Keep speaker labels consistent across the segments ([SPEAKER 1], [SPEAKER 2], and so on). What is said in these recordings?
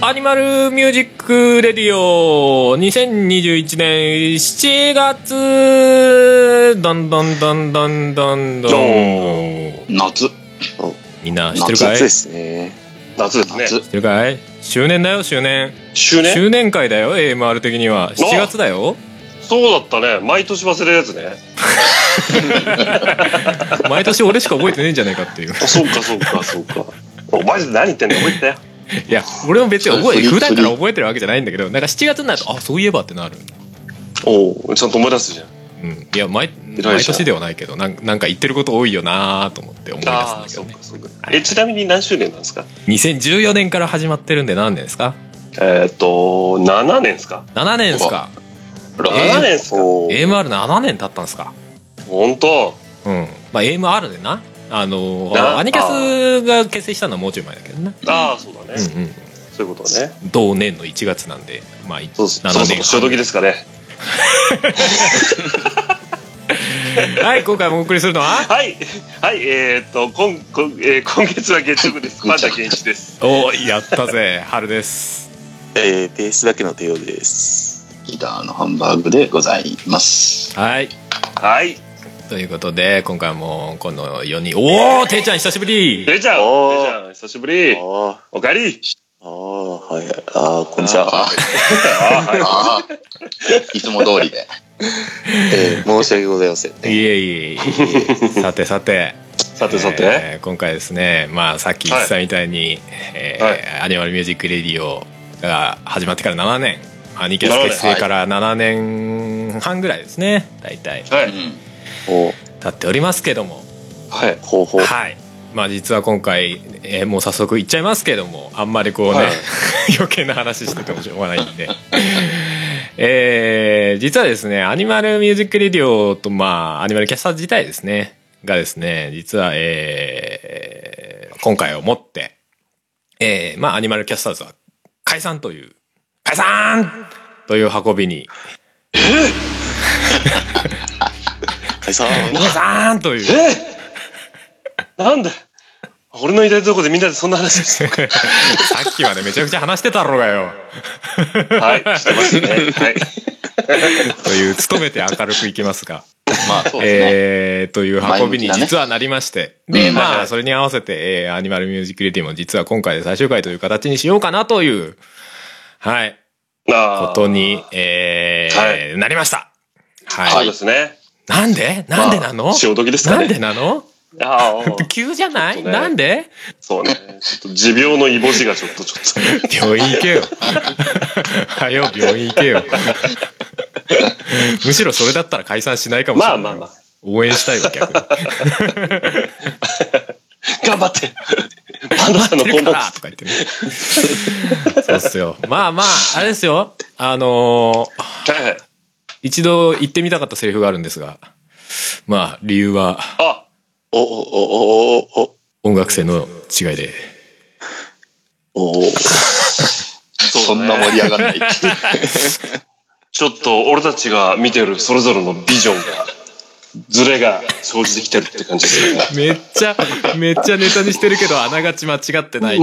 [SPEAKER 1] アニマルミュージックレディオ2021年7月どんどんどんどんどんどん
[SPEAKER 2] 夏
[SPEAKER 1] みんな知ってるかい知
[SPEAKER 3] 夏で
[SPEAKER 1] っ
[SPEAKER 3] すね。
[SPEAKER 2] 夏ですね
[SPEAKER 3] 夏。
[SPEAKER 1] てるかい周年だよ周年
[SPEAKER 2] 周年
[SPEAKER 1] 周年会だよ AMR 的には7月だよ
[SPEAKER 2] そうだったね毎年忘れるやつね
[SPEAKER 1] 毎年俺しか覚えてねえんじゃないかっていう
[SPEAKER 2] あそうかそうかそうか お前何言ってんだよ覚えてたよ
[SPEAKER 1] いや俺も別に覚え
[SPEAKER 3] そ
[SPEAKER 1] 普
[SPEAKER 3] れ
[SPEAKER 1] 段から覚えてるわけじゃないんだけどなんか7月になるとあそういえばってなる
[SPEAKER 2] おおちゃんと思い出すじゃん
[SPEAKER 1] うん、いや毎
[SPEAKER 2] 偉
[SPEAKER 1] 毎
[SPEAKER 2] いじゃん
[SPEAKER 1] 年ではないけどなんなんか言ってること多いよなーと思って思い出すん
[SPEAKER 2] あ
[SPEAKER 1] だ
[SPEAKER 2] あ
[SPEAKER 1] けど
[SPEAKER 2] そう
[SPEAKER 1] ね
[SPEAKER 2] かそうかえちなみに何周年なんですか
[SPEAKER 1] 2014年から始まってるんで何年ですか
[SPEAKER 2] えーっと7年ですか
[SPEAKER 1] 7年ですか
[SPEAKER 2] 7年ですか
[SPEAKER 3] おー
[SPEAKER 1] AMR7 年経ったんですか
[SPEAKER 2] 本当
[SPEAKER 1] うんまあ AMR でなあの
[SPEAKER 2] な
[SPEAKER 1] アニキャスが結成したのはもうちょい前だけどな
[SPEAKER 2] ああそうだね
[SPEAKER 1] うんうん
[SPEAKER 2] そういうことね
[SPEAKER 1] 同年の1月なんでまあ
[SPEAKER 2] そうそ
[SPEAKER 1] 7
[SPEAKER 2] うそう
[SPEAKER 1] 年
[SPEAKER 2] 潮時ですかね
[SPEAKER 1] はい今回もお送りするのは
[SPEAKER 2] はい はいえーっと今今えー今月は月食 ですパンダ健一です
[SPEAKER 1] おおやったぜ春です
[SPEAKER 3] えー、ベースだけの帝王です。
[SPEAKER 4] ギターのハンバーグでございます。
[SPEAKER 1] はい
[SPEAKER 2] はい
[SPEAKER 1] ということで今回もこの4人おおていちゃん久しぶり
[SPEAKER 2] レイちゃん
[SPEAKER 3] お
[SPEAKER 2] レイち
[SPEAKER 3] ー
[SPEAKER 2] ゃん久しぶり
[SPEAKER 3] あ
[SPEAKER 2] おかえり
[SPEAKER 3] あ、ああ、はい。ああ、こ んにちは。
[SPEAKER 2] あーはい
[SPEAKER 4] ああ、いつも通りで。
[SPEAKER 3] えー、申し訳ございません。
[SPEAKER 1] いえいえいえさてさて
[SPEAKER 2] さてさて、
[SPEAKER 1] えー今回ですね、まあ、さっき言ってたみたいに、えー
[SPEAKER 2] は
[SPEAKER 1] アニマルミュージック・レディオが始まってから7年アニキャ
[SPEAKER 2] 7年
[SPEAKER 1] ス結成から7年半ぐらいですね大体
[SPEAKER 2] は
[SPEAKER 4] う
[SPEAKER 2] い
[SPEAKER 4] ん。
[SPEAKER 3] お
[SPEAKER 1] 経っておりますけども
[SPEAKER 2] はい
[SPEAKER 3] ほうほう。
[SPEAKER 1] はいまあ実は今回、えーもう早速言っちゃいますけどもあんまりこうね、
[SPEAKER 2] はい
[SPEAKER 1] 余計な話しててもしょうがないんで えー実はですねアニマルミュージック・レディオとまあアニマルキャスター自体ですねがですね実は、えー今回をもってえーまあアニマルキャスターズは解散という解散という運びに
[SPEAKER 3] 解散。
[SPEAKER 1] 解散という
[SPEAKER 2] えーなんで俺のいたいとこでみんなでそんな話して る
[SPEAKER 1] さっきはねめちゃくちゃ話してたろうがよ
[SPEAKER 2] はいしてますねはい
[SPEAKER 1] という努めて明るくいきますが
[SPEAKER 4] まあ、そうですね。
[SPEAKER 1] えーという運びに実はなりまして。
[SPEAKER 4] 前
[SPEAKER 1] で、
[SPEAKER 4] 向きだねうん
[SPEAKER 2] はい
[SPEAKER 1] ま
[SPEAKER 2] は
[SPEAKER 1] あ、
[SPEAKER 2] い
[SPEAKER 1] それに合わせて、えーアニマルミュージックレディも実は今回で最終回という形にしようかなという、はい、
[SPEAKER 2] あー
[SPEAKER 1] ことに、えーなりました。はい。
[SPEAKER 2] そうですね
[SPEAKER 1] なんでなんでなの、
[SPEAKER 2] 潮時ですか
[SPEAKER 1] なん
[SPEAKER 2] ね
[SPEAKER 1] でなの
[SPEAKER 2] ああ
[SPEAKER 1] 急じゃな
[SPEAKER 2] ち
[SPEAKER 1] い、
[SPEAKER 2] ょっとね
[SPEAKER 1] なんで
[SPEAKER 2] そうねちょっと持病のいぼしがちょっとちょっ
[SPEAKER 1] 病院行けよ。はよ、病院行けよ。むしろそれだったら解散しないか
[SPEAKER 2] と
[SPEAKER 1] もしれ
[SPEAKER 2] ま
[SPEAKER 1] な
[SPEAKER 2] あ
[SPEAKER 1] い。
[SPEAKER 2] まあまあ
[SPEAKER 1] 応援したいわ、逆に。
[SPEAKER 2] 頑張ってパンダさんの
[SPEAKER 1] って
[SPEAKER 2] 今
[SPEAKER 1] るか
[SPEAKER 2] 後
[SPEAKER 1] らとか言ってね。そうっすよ。まあまあ、あれですよ。あのー一度言ってみたかったセリフがあるんですが、まあ、理由は
[SPEAKER 2] あ
[SPEAKER 3] おおおおお
[SPEAKER 1] 音楽性の違いで。
[SPEAKER 3] おお。
[SPEAKER 4] そんな盛り上がんない。
[SPEAKER 2] ちょっと俺たちが見てるそれぞれのビジョンがズレが生じてきてるって感じですよね
[SPEAKER 1] めっちゃ、めっちゃネタにしてるけど、あながち間違ってないって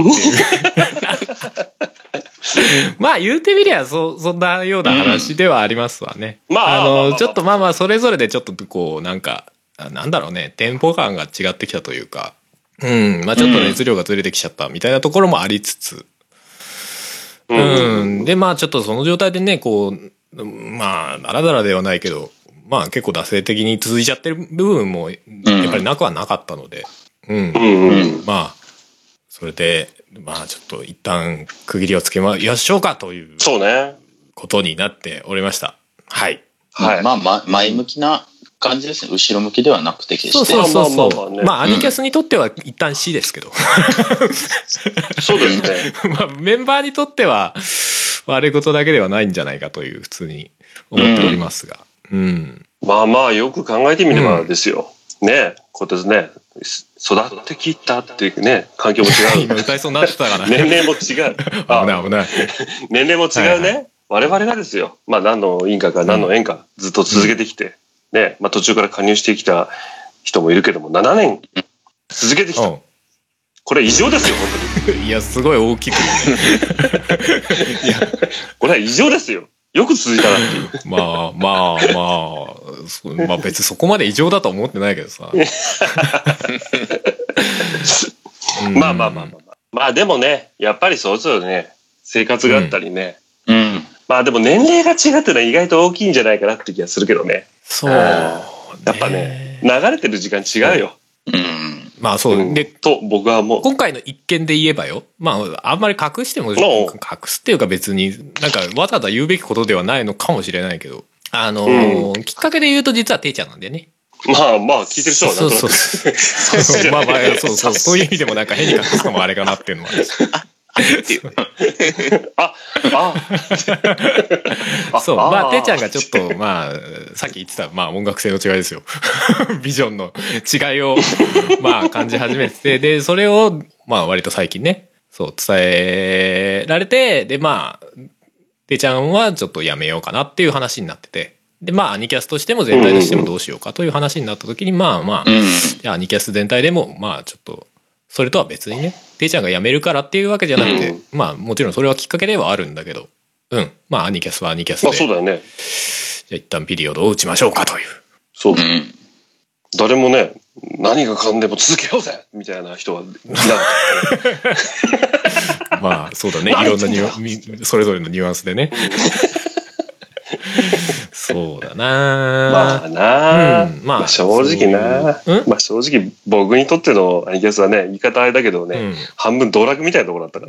[SPEAKER 1] い う。まあ言うてみりゃそそんなような話ではありますわね。
[SPEAKER 2] うんまあ
[SPEAKER 1] あ
[SPEAKER 2] まあまあま
[SPEAKER 1] の
[SPEAKER 2] あ
[SPEAKER 1] ちょっとまあまあそれぞれでちょっとこうなんかあなんだろうねテンポ感が違ってきたというか、うんまあちょっと熱量がずれてきちゃったみたいなところもありつつ、
[SPEAKER 2] うん
[SPEAKER 1] うん。で、まあちょっとその状態でね、こう、まあ、だらだらではないけど、まあ結構惰性的に続いちゃってる部分も、やっぱりなくはなかったので、うん。
[SPEAKER 2] うんうん
[SPEAKER 1] まあ、それで、まあちょっと一旦区切りをつけましょうかという
[SPEAKER 2] そうね
[SPEAKER 1] ことになっておりました。はい。
[SPEAKER 2] はい
[SPEAKER 4] まあ、ま、前向きな感じですね。後ろ向きではなくて、決して。
[SPEAKER 2] そうまあまあまあね
[SPEAKER 1] まあアニキャスにとっては一旦 C ですけど、
[SPEAKER 2] そうですね
[SPEAKER 1] まあメンバーにとっては悪いことだけではないんじゃないかという普通に思っておりますが。うん
[SPEAKER 2] まあまあよく考えてみればですよ。ね、こうやってね、す育ってきたっていうね、環境も違う
[SPEAKER 1] 今。歌いそうになってたかな。
[SPEAKER 2] 年齢も違う。あ
[SPEAKER 1] 危ない危ない。
[SPEAKER 2] 年齢も違う
[SPEAKER 1] はい
[SPEAKER 2] ね。我々がですよ。まあ何の因果か何の縁かずっと続けてきて、ね、まあ途中から加入してきた人もいるけども、7年続けてきた。これ異常ですよ、本当に。
[SPEAKER 1] うん。いや、すごい大きく言うね。いや、
[SPEAKER 2] これは異常ですよ。よく続いたなっていう。
[SPEAKER 1] まあまあまあ、そまあ別にそこまで異常だとは思ってないけど さ。うん
[SPEAKER 2] まあまあまあまあ、まあ。まあでもね、やっぱりそうそうね、生活があったりね。
[SPEAKER 4] うん。
[SPEAKER 2] まあでも年齢が違うってのは意外と大きいんじゃないかなって気がするけどね。
[SPEAKER 1] そう。
[SPEAKER 4] あ
[SPEAKER 2] やっぱね、流れてる時間違うよ。
[SPEAKER 4] うん。
[SPEAKER 1] まあそう。
[SPEAKER 2] うん
[SPEAKER 1] で、
[SPEAKER 2] と僕はもう。
[SPEAKER 1] 今回の一件で言えばよ。まあ、あんまり隠しても、隠すっていうか別に、なんかわざわざ言うべきことではないのかもしれないけど。あのーきっかけで言うと実はていちゃんなんだよね。
[SPEAKER 2] まあまあ聞いてる人はなん
[SPEAKER 1] そ
[SPEAKER 2] と
[SPEAKER 1] う
[SPEAKER 2] なく
[SPEAKER 1] そうそう。そうまあまあ、そうそう。そういう意味でもなんか変に隠すのもあれかなっていうのはあるし。
[SPEAKER 2] あ、あ、あ
[SPEAKER 1] そう。まあ、
[SPEAKER 2] あー
[SPEAKER 1] てーちゃんがちょっと、まあ、さっき言ってた、まあ、音楽性の違いですよ。 ビジョンの違いを、まあ、感じ始めてて、で、それを、まあ、割と最近ね、そう、伝えられて、で、まあ、てーちゃんはちょっとやめようかなっていう話になってて、で、まあ、アニキャスとしても全体としてもどうしようかという話になった時に、まあまあ、
[SPEAKER 4] うん。
[SPEAKER 1] じゃあアニキャス全体でも、まあちょっと、それとは別にね、ていちゃんが辞めるからっていうわけじゃなくて、
[SPEAKER 2] うん
[SPEAKER 1] まあもちろんそれはきっかけではあるんだけど、うん。まあアニキャスはアニキャス
[SPEAKER 2] まあ
[SPEAKER 1] で、
[SPEAKER 2] そうだよね。
[SPEAKER 1] じゃあ一旦ピリオドを打ちましょうか という。
[SPEAKER 2] そう
[SPEAKER 4] う。ん。
[SPEAKER 2] 誰もね、何がかんでも続けようぜみたいな人は、なんか
[SPEAKER 1] まあそうだね、い
[SPEAKER 2] なんて
[SPEAKER 1] ろんなニュ
[SPEAKER 2] 言
[SPEAKER 1] アンみそれぞれのニュアンスで ね。そうだな
[SPEAKER 2] ま
[SPEAKER 1] あ
[SPEAKER 2] あなあ、
[SPEAKER 1] うんま
[SPEAKER 2] ま
[SPEAKER 1] あ
[SPEAKER 2] あ、正直な
[SPEAKER 1] そういううん
[SPEAKER 2] まあ正直僕にとってのアニキャスはね、言い方あれだけどね、半分道楽みたいなところだった か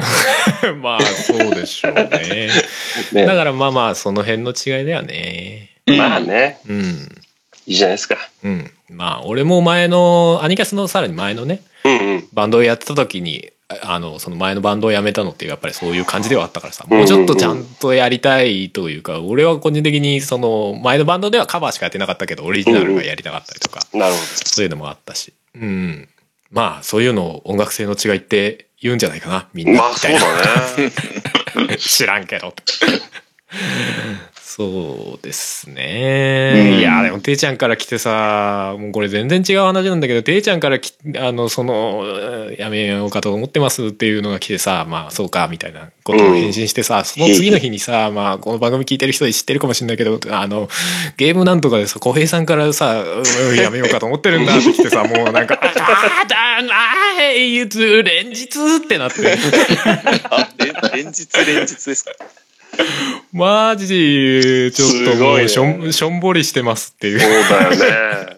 [SPEAKER 2] ら
[SPEAKER 1] うん、まあそうでしょうね。
[SPEAKER 2] ね。
[SPEAKER 1] だからまあまあその辺の違いだよね。
[SPEAKER 2] まあね、
[SPEAKER 1] うん。
[SPEAKER 2] いいじゃないですか。
[SPEAKER 1] うん。まあ俺も前の、アニキャスのさらに前のね、
[SPEAKER 2] うんうん。
[SPEAKER 1] バンドをやってた時にああのその前のバンドを辞めたのってやっぱりそういう感じではあったからさもうちょっとちゃんとやりたいというか俺は個人的にその前のバンドではカバーしかやってなかったけどオリジナルがやりたかったりとか
[SPEAKER 2] なるほ
[SPEAKER 1] そういうのもあったしうんまあそういうのを音楽性の違いって言うんじゃないかなみん
[SPEAKER 2] ど。ま
[SPEAKER 1] な
[SPEAKER 2] あ
[SPEAKER 1] み
[SPEAKER 2] そ
[SPEAKER 1] た
[SPEAKER 2] う
[SPEAKER 1] いな、
[SPEAKER 2] だ ね。
[SPEAKER 1] 知らんけどそうですね、
[SPEAKER 4] うん
[SPEAKER 1] いやでもていちゃんから来てさもうこれ全然違う話なんだけどていちゃんからきあのそのうんやめようかと思ってますっていうのが来てさまあそうかみたいなことを返信してさ、その次の日にさまあこの番組聞いてる人で知ってるかもしれないけどあのゲームなんとかでさ小平さんからさうんやめようかと思ってるんだって来てさもうなんか「あーだないいつ連日」ってなって。
[SPEAKER 3] あ、れ連日連日ですか。
[SPEAKER 1] マジ、ちょっともうしょ
[SPEAKER 2] すごい
[SPEAKER 1] ん、
[SPEAKER 2] ね
[SPEAKER 1] しょんぼりしてますって
[SPEAKER 2] そ
[SPEAKER 1] いう
[SPEAKER 2] うだよね。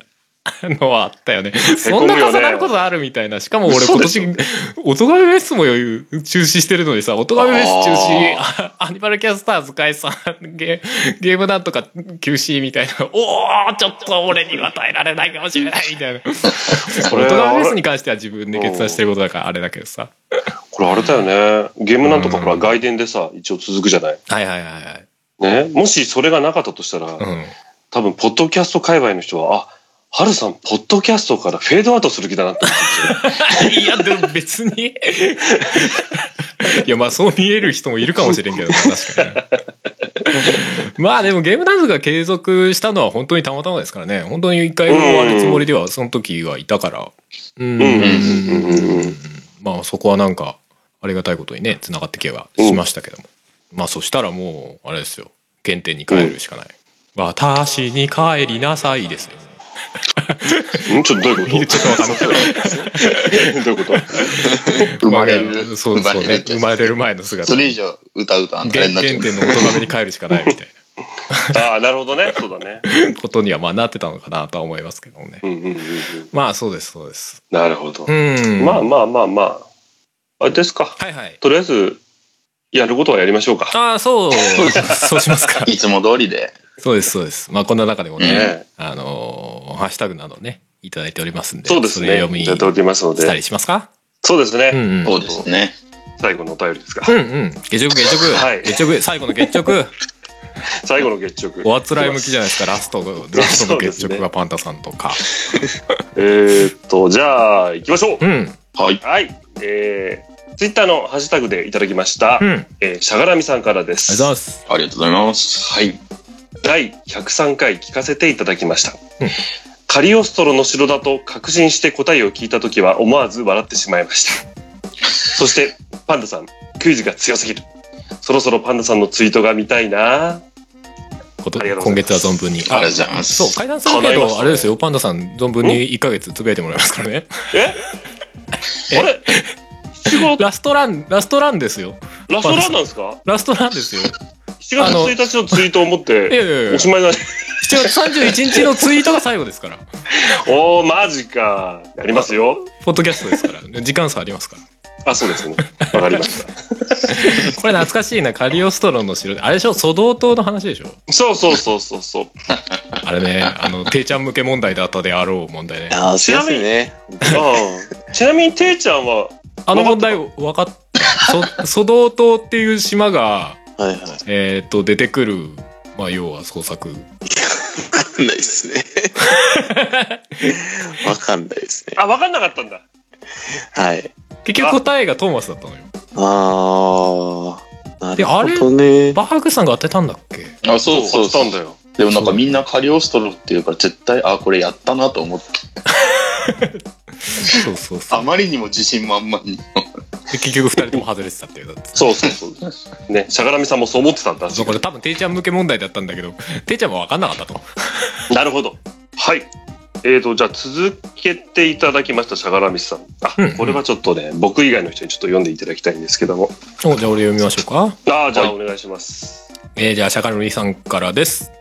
[SPEAKER 1] のはあったよね。そんな重なることあるみたいな。しかも俺
[SPEAKER 2] 嘘
[SPEAKER 1] 今
[SPEAKER 2] でしょ
[SPEAKER 1] 年、おとがめフェスも中止してるのにさ、おとがめフェス中止、
[SPEAKER 3] あ
[SPEAKER 1] あアニマルキャスターズ解散、ゲーゲームなんとか休止みたいな。おー、ちょっと俺には耐えられないかもしれないみたいな。
[SPEAKER 2] こ
[SPEAKER 1] お
[SPEAKER 2] れ
[SPEAKER 1] とがめフェス
[SPEAKER 2] あ
[SPEAKER 1] に
[SPEAKER 2] れ
[SPEAKER 1] 関しては自分で決断してることだからあれだけどさ。
[SPEAKER 2] これあれだよね。ゲームなんとかほ
[SPEAKER 1] う
[SPEAKER 2] ら
[SPEAKER 1] ん
[SPEAKER 2] 外伝でさ、一応続くじゃない。
[SPEAKER 1] はいはいはいはい。
[SPEAKER 2] ね。もしそれがなかったとしたら、
[SPEAKER 1] うん。
[SPEAKER 2] 多分、ポッドキャスト界隈の人は、あ、ハルさん、ポッドキャストからフェードアウトする気だなって思
[SPEAKER 1] いや、でも別に。いや、まあそう見える人もいるかもしれんけどな、確かにね。 まあでもゲームダンスが継続したのは本当にたまたまですからね。本当に一回も終わるつもりでは、その時はいたから。うん。
[SPEAKER 2] うんうんうんうん
[SPEAKER 1] まあそこはなんか、ありがたいことにね、繋がってきはしましたけども。まあそしたらもう、あれですよ。原点に帰るしかない。私に帰りなさいですよ。
[SPEAKER 2] う。んちょっとどういうこと
[SPEAKER 1] ちょっとわかんない
[SPEAKER 2] どういうこと
[SPEAKER 4] 生まれる。
[SPEAKER 1] そうそうね。生まれる前の姿。
[SPEAKER 4] それ以上歌うとあんた
[SPEAKER 1] 原
[SPEAKER 4] れにな
[SPEAKER 1] 原
[SPEAKER 4] っちゃう
[SPEAKER 1] 点の音めに帰るしかないみたい
[SPEAKER 2] ああ、なるほどね。そうだね。
[SPEAKER 1] なことにはまあなってたのかなとは思いますけどね。
[SPEAKER 2] うんうんうんうん。
[SPEAKER 1] まあそうですそうです。
[SPEAKER 2] なるほど
[SPEAKER 1] う。ん。
[SPEAKER 2] まあまあまあまあ。あれですか。
[SPEAKER 1] はいはい。
[SPEAKER 2] とりあえず、やることはやりましょうか。
[SPEAKER 1] ああそうそうしますか。
[SPEAKER 4] いつも通りで。
[SPEAKER 1] そうですそうです。まあこんな中でもね、
[SPEAKER 2] ね
[SPEAKER 1] あのーハッシュタグなどねいただいておりますんで、
[SPEAKER 2] そうですね。
[SPEAKER 1] れ
[SPEAKER 2] や
[SPEAKER 1] 読み
[SPEAKER 2] っておりますの
[SPEAKER 1] した
[SPEAKER 2] で。
[SPEAKER 1] りしますか。
[SPEAKER 2] そうです
[SPEAKER 1] うん
[SPEAKER 2] ね。
[SPEAKER 1] うん。
[SPEAKER 4] そうですね。
[SPEAKER 2] 最後のお便りですか
[SPEAKER 1] う。んうん。月食月食。
[SPEAKER 2] はい
[SPEAKER 1] 月食最後の月食。
[SPEAKER 2] 最後の月食。
[SPEAKER 1] おあつらい向きじゃないですか、ラストの、ラストの月
[SPEAKER 2] そうです
[SPEAKER 1] 食
[SPEAKER 2] ね
[SPEAKER 1] がパンタさんとか。
[SPEAKER 2] えーっと、じゃあ、行きましょう。
[SPEAKER 1] うん、
[SPEAKER 4] はい。
[SPEAKER 2] はい。えー、ツイッターのハッシュタグでいただきました
[SPEAKER 1] う、ん、ありがとう
[SPEAKER 2] えーしゃがらみさんからで
[SPEAKER 1] ご
[SPEAKER 2] す。
[SPEAKER 1] ざいます。
[SPEAKER 4] ありがとうございます。
[SPEAKER 2] はい。第103回聞かせていただきました
[SPEAKER 1] うん。
[SPEAKER 2] カリオストロの城だと確信して答えを聞いたときは思わず笑ってしまいました。そして、パンダさん、クイズが強すぎる。そろそろパンダさんのツイートが見たいな
[SPEAKER 1] こと
[SPEAKER 2] ありがとう
[SPEAKER 1] 今
[SPEAKER 2] ござ
[SPEAKER 1] 月
[SPEAKER 2] います
[SPEAKER 1] は存分に。
[SPEAKER 4] ありがとうございます。
[SPEAKER 1] そう、階段するけ
[SPEAKER 2] 叶いまし
[SPEAKER 1] ど、
[SPEAKER 2] た
[SPEAKER 1] あれですよ、パンダさん、存分
[SPEAKER 2] ん
[SPEAKER 1] に1ヶ月つぶやいてもらいますからね。
[SPEAKER 2] あれ七 月、
[SPEAKER 1] ラストラン、ラストランですよ。
[SPEAKER 2] ラストランなんですか
[SPEAKER 1] ラストランですよ。
[SPEAKER 2] 7月1日のツイートを持っ
[SPEAKER 1] いやい
[SPEAKER 2] て、
[SPEAKER 1] やいや、
[SPEAKER 2] お
[SPEAKER 1] 7
[SPEAKER 2] しまいなん
[SPEAKER 1] 月31日のツイートが最後ですから。
[SPEAKER 2] おー、マジか。やりますよ。
[SPEAKER 1] ポッドキャストですから。時間差ありますから。
[SPEAKER 2] あ、そうですね。わかりました。
[SPEAKER 1] これ懐かしいな、カリオストロの城。あれでしょ、ソド島の話でしょ。
[SPEAKER 2] そうそうそうそうそう。
[SPEAKER 1] あれね、あの、ていちゃん向け問題だったであろう問題ね。
[SPEAKER 3] ああ、すいませんね。
[SPEAKER 2] あちなみに、ていちゃんは、
[SPEAKER 1] あの問題、分かっ、そ、ソド島っていう島が、
[SPEAKER 3] はいはい。
[SPEAKER 1] えーっと、出てくる、まあ、要は創作。
[SPEAKER 3] わかんないですね。 わかんないですね。
[SPEAKER 2] あ、わかんなかったんだ。
[SPEAKER 3] はい。
[SPEAKER 1] 結局答えがトーマスだったのよ。
[SPEAKER 3] ああ。な
[SPEAKER 1] で
[SPEAKER 3] る
[SPEAKER 1] あれ
[SPEAKER 3] ほどね。
[SPEAKER 1] バーグさんが当てたんだっけ
[SPEAKER 4] あ、そうそう
[SPEAKER 2] し
[SPEAKER 4] そ
[SPEAKER 2] た
[SPEAKER 4] うん
[SPEAKER 2] だよ。
[SPEAKER 4] でもなんかみんなカリオストロっていうから絶対、あ、これやったなと思って。
[SPEAKER 1] そうそうそう。
[SPEAKER 4] まりにも自信満々に。
[SPEAKER 1] で結局二人とも外れてたっていう。だって
[SPEAKER 2] そうそうそう。 ね、しゃがらみさんもそう思ってたんだ。
[SPEAKER 1] そうこれ多分ていちゃん向け問題だったんだけど、ていちゃんも分かんなかったと。
[SPEAKER 2] なるほど。はい。えーと、じゃあ続けていただきました、しゃがらみさん。あ
[SPEAKER 1] うんうん、
[SPEAKER 2] これはちょっとね、僕以外の人にちょっと読んでいただきたいんですけども。
[SPEAKER 1] おじゃあ俺読みましょうか。
[SPEAKER 2] ああ、じゃあ
[SPEAKER 4] は
[SPEAKER 2] お願いします。
[SPEAKER 1] えーじゃあ、シャカルリさんからです。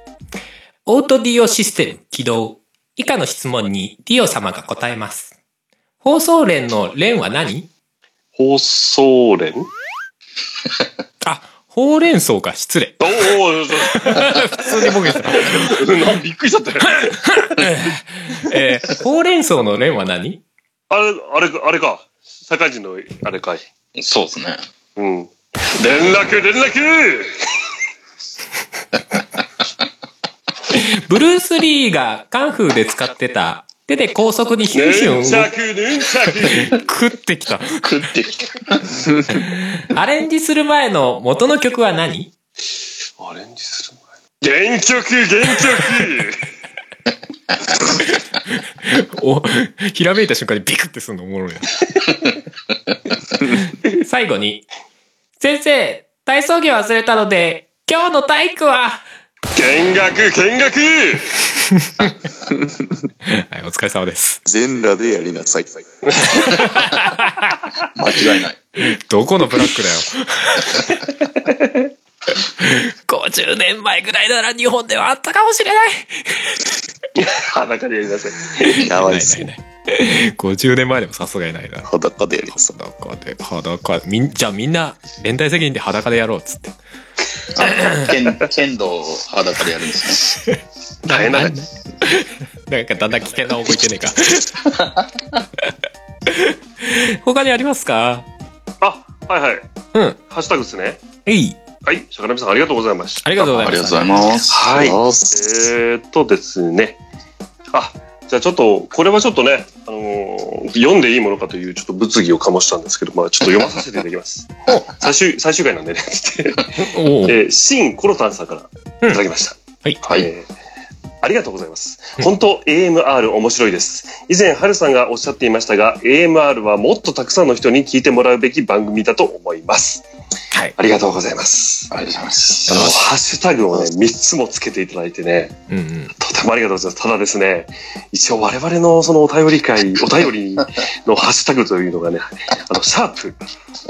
[SPEAKER 1] オートディオシステム起動。以下の質問にディオ様が答えます。放送連の連は何
[SPEAKER 2] 放送連
[SPEAKER 1] あ、ほうれん草か、失礼。
[SPEAKER 2] おーおーそう
[SPEAKER 1] 普通に僕です。
[SPEAKER 2] そうなんびっくりしちゃったよ。
[SPEAKER 1] えーほうれん草の連は何
[SPEAKER 2] あれ、あれか、あれか。社会人のあれかい。
[SPEAKER 4] そうですね。
[SPEAKER 2] うん。連絡、連絡
[SPEAKER 1] ブルース・リーがカンフーで使ってた手で高速にヒュンヒ
[SPEAKER 2] ヌンチ
[SPEAKER 1] ュ
[SPEAKER 2] ャ
[SPEAKER 1] ン
[SPEAKER 2] ク、ヌンチャク
[SPEAKER 1] 食ってきた。
[SPEAKER 4] 食ってきた。
[SPEAKER 1] アレンジする前の元の曲は何
[SPEAKER 2] アレンジする前原曲原曲
[SPEAKER 1] お、ひらめいた瞬間にビクってするのおもろいな。 最後に、先生、体操着忘れたので、今日の体育は、
[SPEAKER 2] 見学見学
[SPEAKER 1] はい、お疲れ様です。
[SPEAKER 3] 全裸でやりなさい。
[SPEAKER 4] 間違いない。
[SPEAKER 1] どこのブラックだよ。50年前ぐらいなら日本ではあったかもしれない。
[SPEAKER 2] 裸でやりなさい
[SPEAKER 3] やばいっす
[SPEAKER 1] ないな
[SPEAKER 3] ね。
[SPEAKER 1] い ない。50年前でもさすがにないな。
[SPEAKER 3] 裸でやりなさい。
[SPEAKER 1] 裸で、裸、みん、じゃあみんな、連帯責任で裸でやろうっつって。
[SPEAKER 4] あ剣剣道を裸でやるんです
[SPEAKER 2] 大変だね
[SPEAKER 1] なんかだんだん危険な方向いってねえか。 他にありますか
[SPEAKER 2] あはいはい
[SPEAKER 1] うん。
[SPEAKER 2] ハッシュタグですね
[SPEAKER 1] えい。
[SPEAKER 2] はいしゃがらみさんありがとうございまし
[SPEAKER 1] あ
[SPEAKER 2] た
[SPEAKER 1] りがとう
[SPEAKER 4] ね。
[SPEAKER 1] ござい
[SPEAKER 4] あ
[SPEAKER 1] ま
[SPEAKER 4] りがとうご
[SPEAKER 1] す。
[SPEAKER 4] ざいます。
[SPEAKER 2] はい
[SPEAKER 4] は
[SPEAKER 2] えー、っとですねあじゃあちょっとこれはちょっとね、あのー読んでいいものかというちょっと物議を醸したんですけど、まあ、ちょっと読まさせていただきます 最終最終回なんでね
[SPEAKER 1] おう
[SPEAKER 2] えー、シン・コロタンさんからいただきました。
[SPEAKER 1] はい
[SPEAKER 4] はい
[SPEAKER 2] えーありがとうございます。本当 AMR 面白いです。以前、ハルさんがおっしゃっていましたが、AMR はもっとたくさんの人に聞いてもらうべき番組だと思います。
[SPEAKER 1] はい
[SPEAKER 2] ありがとうございます。
[SPEAKER 4] ありがとうございま
[SPEAKER 2] あの、
[SPEAKER 4] す。
[SPEAKER 2] ハッシュタグをね、3つもつけていただいてね、
[SPEAKER 1] うんうん。
[SPEAKER 2] とてもありがとうございます。ただですね、一応我々のそのお便 り会、お便りのハッシュタグというのがね、あの、シャープ、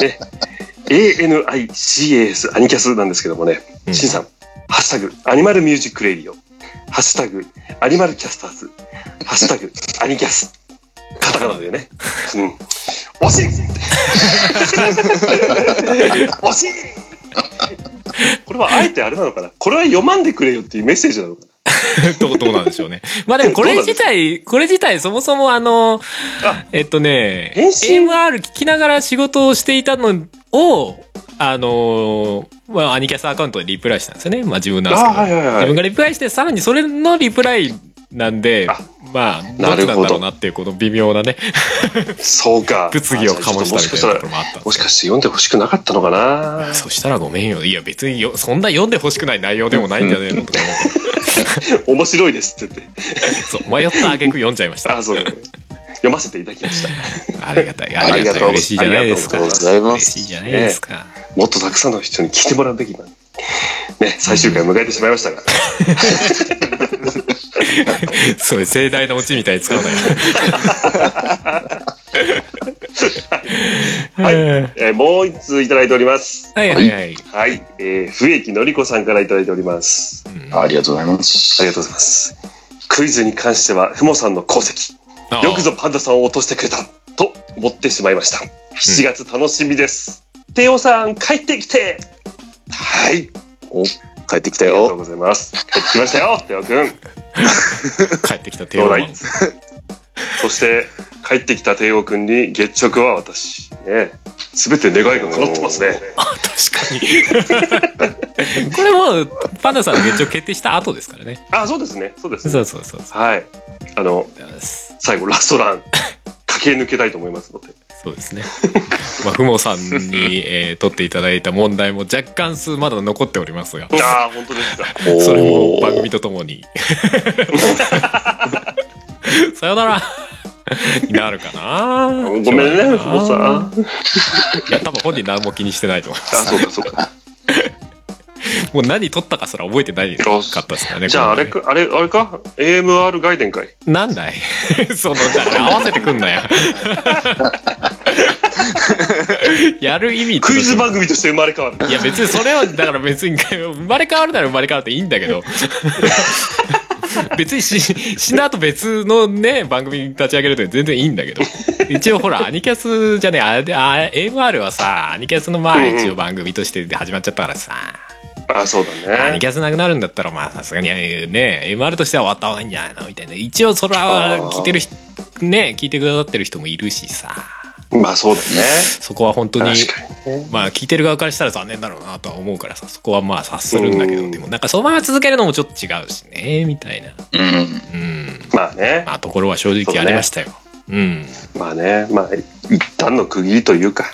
[SPEAKER 2] ね、ANICAS、アニキャスなんですけどもね、
[SPEAKER 1] うん
[SPEAKER 2] しんさん、ハッシュタグ、アニマルミュージックレディオ、ハッシュタグ、アニマルキャスターズ、ハッシュタグ、アニキャス、カタカナでね、うん、惜しい 惜しいこれはあえてあれなのかなこれは読まんでくれよっていうメッセージなのかな
[SPEAKER 1] どう、どうなんでしょうね。まあでもこれ自体、これ自体そもそもあの
[SPEAKER 2] あ、
[SPEAKER 1] えっとね、
[SPEAKER 2] 返信
[SPEAKER 1] AMR 聞きながら仕事をしていたのを、あのーまあ、アニキャスアカウントでリプライしたんですよね。まあ自分なんですけど。
[SPEAKER 2] あはいはいはい
[SPEAKER 1] 自分がリプライして、さらにそれのリプライなんで
[SPEAKER 2] あ、
[SPEAKER 1] まあ、ど
[SPEAKER 2] な
[SPEAKER 1] っち
[SPEAKER 2] るほ
[SPEAKER 1] な
[SPEAKER 2] ど
[SPEAKER 1] んだろうなっていう、この微妙なね、
[SPEAKER 2] そうか。
[SPEAKER 1] 物議を醸したみ
[SPEAKER 2] あじゃあちょっともしかし
[SPEAKER 1] したたいな
[SPEAKER 2] ら
[SPEAKER 1] ところもあったんで
[SPEAKER 2] もしかして読んでほしくなかったの かな
[SPEAKER 1] そしたらごめんよ。いや、別によ、そんな読んでほしくない内容でもないんじゃねえのとか思って
[SPEAKER 2] 面白いですって言って。
[SPEAKER 1] そう、迷った挙句読んじゃいました。
[SPEAKER 2] あ、そう。読ませていただきました。
[SPEAKER 1] ありがたい。
[SPEAKER 3] あ
[SPEAKER 1] あ
[SPEAKER 3] り
[SPEAKER 1] り
[SPEAKER 3] が
[SPEAKER 1] がた
[SPEAKER 3] とう
[SPEAKER 1] い。嬉しいじゃないです
[SPEAKER 2] あ
[SPEAKER 1] か
[SPEAKER 2] り。がとうございま
[SPEAKER 3] ございま
[SPEAKER 1] 嬉
[SPEAKER 3] す
[SPEAKER 1] しいじゃないですか。
[SPEAKER 2] もっとたくさんの人に聞いてもらうべきなのね、最終回迎えてしまいましたが。
[SPEAKER 1] そう、盛大なオチみたいに使わない。はい。
[SPEAKER 2] えーもう一通いただいております。
[SPEAKER 1] はいはいはい。
[SPEAKER 2] はい。えー、不益のりこさんからいただいております。
[SPEAKER 4] ありがとうございます。
[SPEAKER 2] ありがとうございます。クイズに関しては、ふもさんの功績。
[SPEAKER 1] ああ
[SPEAKER 2] よくぞパンダさんを落としてくれた。と思ってしまいました。7月楽しみです。テオさん、帰ってきてはい。
[SPEAKER 3] 帰ってきた
[SPEAKER 2] ありがとう
[SPEAKER 3] よ。
[SPEAKER 2] ございます。帰ってきましたよ、テオくん。
[SPEAKER 1] 帰ってきたテオマン。
[SPEAKER 2] そして、帰ってきた帝王君に月食は私。ね。すべて願いが叶ってますね。
[SPEAKER 1] 確かに。こ れもう、パンダさんの現状決定した後ですからね。
[SPEAKER 2] あ、そうですね。そうです
[SPEAKER 1] そ
[SPEAKER 2] ね。
[SPEAKER 1] うそうそう。
[SPEAKER 2] はい。あの、最後、ラストラン、駆け抜けたいと思いますので。
[SPEAKER 1] そうですね。まあ、ふもさんに、えー取っていただいた問題も若干数まだ残っておりますが、
[SPEAKER 2] ああ、本当ですか。
[SPEAKER 1] それも番組とともに。 さよなら。なるかな
[SPEAKER 2] ごめんね、ふもさん。あ、
[SPEAKER 1] いや、多分本人何も気にしてないと思います。
[SPEAKER 2] そうか、そうか。
[SPEAKER 1] もう何取ったかすら覚えてないかったですからね。
[SPEAKER 2] じゃあ、あ
[SPEAKER 1] こ
[SPEAKER 2] れ
[SPEAKER 1] ね
[SPEAKER 2] か、あれ、あれか ?AMR 外伝会。
[SPEAKER 1] なんだい その、だから合わせてくん なよ。やる意味って
[SPEAKER 2] クイズ番組として生まれ変わる。
[SPEAKER 1] いや別にそれは、だから別に、生まれ変わるなら生まれ変わっていいんだけど。別にし死んだ後別のね、番組立ち上げると全然いいんだけど。一応ほら、アニキャスじゃねえ、あれ、あ AMR はさ、アニキャスのまあ
[SPEAKER 2] うんうん
[SPEAKER 1] 一応番組として始まっちゃったからさ。
[SPEAKER 2] あ、そうだ
[SPEAKER 1] アニ
[SPEAKER 2] ね。
[SPEAKER 1] キャスなくなるんだったら、まあ、さすがにね、MR としては終わった方がいいんじゃないのみたいな。一応、それは聞いてる人、ね、聞いてくださってる人もいるしさ、
[SPEAKER 2] まあ、そうだね。
[SPEAKER 1] そこは本当に、
[SPEAKER 2] 確かにね。
[SPEAKER 1] まあ、聞いてる側からしたら残念だろうなとは思うからさ、そこはまあ、察するんだけ
[SPEAKER 2] う
[SPEAKER 1] ど、
[SPEAKER 2] ん
[SPEAKER 1] でも、なんかそのまま続けるのもちょっと違うしね、みたいな。
[SPEAKER 4] うん。
[SPEAKER 1] うん。
[SPEAKER 2] まあね。
[SPEAKER 1] まあ、ところは正直ありましたよ。うん。
[SPEAKER 2] まあね。まあ、一旦の区切りというか。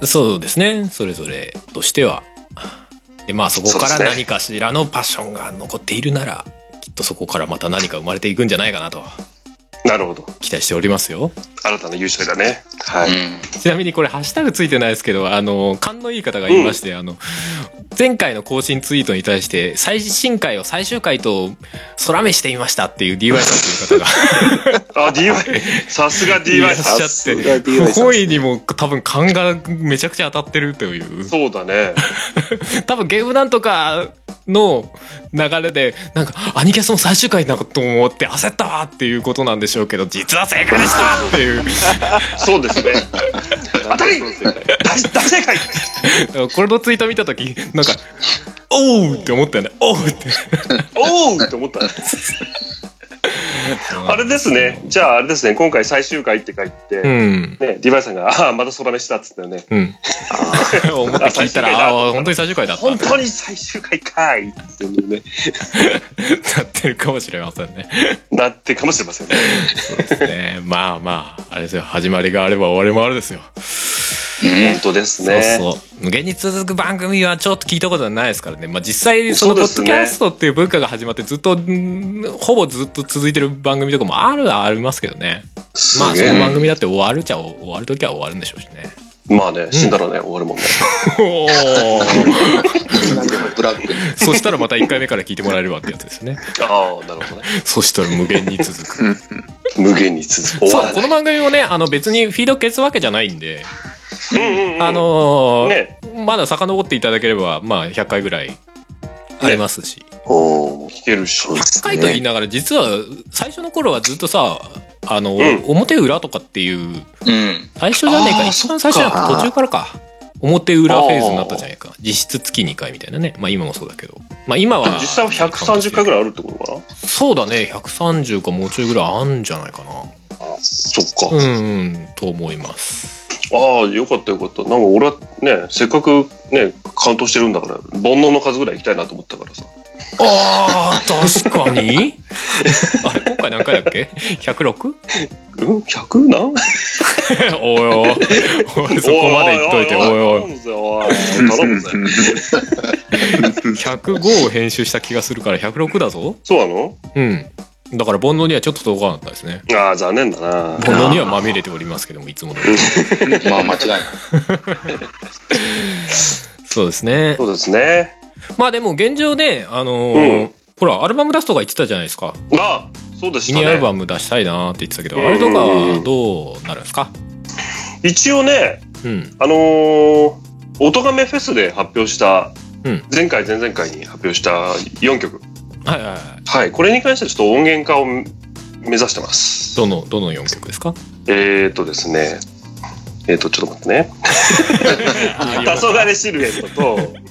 [SPEAKER 4] うん。
[SPEAKER 1] そうですね、それぞれとしては。で、まあ、そこか
[SPEAKER 2] そう
[SPEAKER 1] ら
[SPEAKER 2] ですね
[SPEAKER 1] 何かしらのパッションが残っているなら、きっとそこからまた何か生まれていくんじゃないかなと。
[SPEAKER 2] なるほど。
[SPEAKER 1] 期待しておりますよ。
[SPEAKER 2] 新たな優勝だね。は
[SPEAKER 4] う
[SPEAKER 2] い。
[SPEAKER 4] ん。
[SPEAKER 1] ちなみにこれハッシュタグついてないですけど、あの、勘のいい方が言いまして、あの、前回の更新ツイートに対して、最新回を最終回と空目してみましたっていう DY さんという方が
[SPEAKER 2] あ、DY。さすが
[SPEAKER 1] いら
[SPEAKER 2] DY
[SPEAKER 1] っ
[SPEAKER 2] さん。
[SPEAKER 1] しゃ
[SPEAKER 3] さすが
[SPEAKER 1] っ
[SPEAKER 3] DY さん
[SPEAKER 1] て、本意にも多分勘がめちゃくちゃ当たってるという。
[SPEAKER 2] そうだね。
[SPEAKER 1] 多分ゲームなんとかの流れで、なんか、アニキャスの最終回なのと思って焦ったわっていうことなんでしょうけど、実は正解でしたって いう。
[SPEAKER 2] そうですね。当たり大大正解
[SPEAKER 1] これのツイート見たとき、なんか、おうって思ったよね。おうって。
[SPEAKER 2] おおって思った。あれですね。じゃああれですね。今回最終回って書いて、
[SPEAKER 1] うん。
[SPEAKER 2] ね、ディバイさんが、ああー、また空飯だっつったよね。
[SPEAKER 1] うん。 思って聞いたら、ああー、本当に最終回だった
[SPEAKER 2] 本当に最終回かいっていうね。
[SPEAKER 1] なってるかもしれませんね。
[SPEAKER 2] なってかもしれませんね。
[SPEAKER 1] ねまあまあ、あれですよ。始まりがあれば終わりもあるですよ。
[SPEAKER 2] 本当ですね。
[SPEAKER 1] そうそう。無限に続く番組はちょっと聞いたことはないですからね。まあ実際、その
[SPEAKER 2] そ
[SPEAKER 1] ポ
[SPEAKER 2] うで
[SPEAKER 1] ッ
[SPEAKER 2] す
[SPEAKER 1] ド
[SPEAKER 2] ね
[SPEAKER 1] キャストっていう文化が始まってずっと、んほぼずっと続いてる番組とかもあるはありますけどね。まあ
[SPEAKER 2] すげ
[SPEAKER 1] その
[SPEAKER 2] え。
[SPEAKER 1] 番組だって終わるっちゃ終わるときは終わるんでしょうしね。
[SPEAKER 2] まあね、死んだらね、終わるもんね。
[SPEAKER 1] おー
[SPEAKER 3] なんでもブラックに。
[SPEAKER 1] そしたらまた1回目から聞いてもらえればってやつですね。
[SPEAKER 2] ああ、なるほどね。
[SPEAKER 1] そしたら無限に続く。
[SPEAKER 2] 無限に続く。終わ
[SPEAKER 1] そう、こ
[SPEAKER 2] らない
[SPEAKER 1] の番組もね、あの別にフィード消すわけじゃないんで、
[SPEAKER 2] うんうんうん
[SPEAKER 1] あのー
[SPEAKER 2] ね
[SPEAKER 1] まだ遡っていただければ、まあ100回ぐらいありますし。
[SPEAKER 3] おー
[SPEAKER 2] 聞けるし。
[SPEAKER 1] 100回と言いながら、実は最初の頃はずっとさ、あの、
[SPEAKER 2] ん
[SPEAKER 1] 表裏とかっていう、
[SPEAKER 4] うん。
[SPEAKER 1] 最初じゃねえ
[SPEAKER 2] あ
[SPEAKER 1] か、
[SPEAKER 2] ー
[SPEAKER 1] 一番最初じゃなく
[SPEAKER 3] そっ
[SPEAKER 1] て
[SPEAKER 3] か
[SPEAKER 1] 途中からか。表裏フェーズになったじゃないか。実質月2回みたいなね。まあ今もそうだけど。まあ今は。
[SPEAKER 2] 実際は130回ぐらいあるってことかな
[SPEAKER 1] そうだね、130かもうちょいぐらいあんじゃないかな。
[SPEAKER 2] そっ
[SPEAKER 1] う
[SPEAKER 2] か。
[SPEAKER 1] ん、うん、と思います。
[SPEAKER 2] ああ、よかったよかった。なんか俺はね、せっかくね、完投してるんだから、煩悩の数ぐらい行きたいなと思ったからさ。
[SPEAKER 1] あー、確か に。あれ、今回何回だっけ ?106?
[SPEAKER 2] うん ?100 なん
[SPEAKER 1] おいおい。おい そこまで言っといて、おいおい。
[SPEAKER 2] い。おいおい頼 むぜ。
[SPEAKER 1] 105を編集した気がするから106だぞ。
[SPEAKER 2] そうなの
[SPEAKER 1] うん。だから、煩悩にはちょっと遠かったですね。
[SPEAKER 2] ああ、残念だな。
[SPEAKER 1] 煩悩にはまみれておりますけども、いつもの。
[SPEAKER 4] まあ間違いない。
[SPEAKER 1] そうですね。
[SPEAKER 2] そうですね。
[SPEAKER 1] まあでも、現状ね、あのー
[SPEAKER 2] う
[SPEAKER 1] ほら、アルバム出すとか言ってたじゃないですか。
[SPEAKER 2] あそうでし
[SPEAKER 1] ミ
[SPEAKER 2] た
[SPEAKER 1] ニアル
[SPEAKER 2] ね。
[SPEAKER 1] バム出したいなーって言ってたけど、
[SPEAKER 2] うん
[SPEAKER 1] あれとかはどうなるんですか
[SPEAKER 2] 一応ね、
[SPEAKER 1] うん。
[SPEAKER 2] あのー、音亀フェスで発表した、
[SPEAKER 1] うん
[SPEAKER 2] 前回、前々回に発表した4曲。
[SPEAKER 1] はいはいはい。
[SPEAKER 2] はい、これに関してはちょっと音源化を目指してます。
[SPEAKER 1] どの、どの4曲ですか
[SPEAKER 2] えーとですね、えーと、ちょっと待ってね。黄昏シルエットと、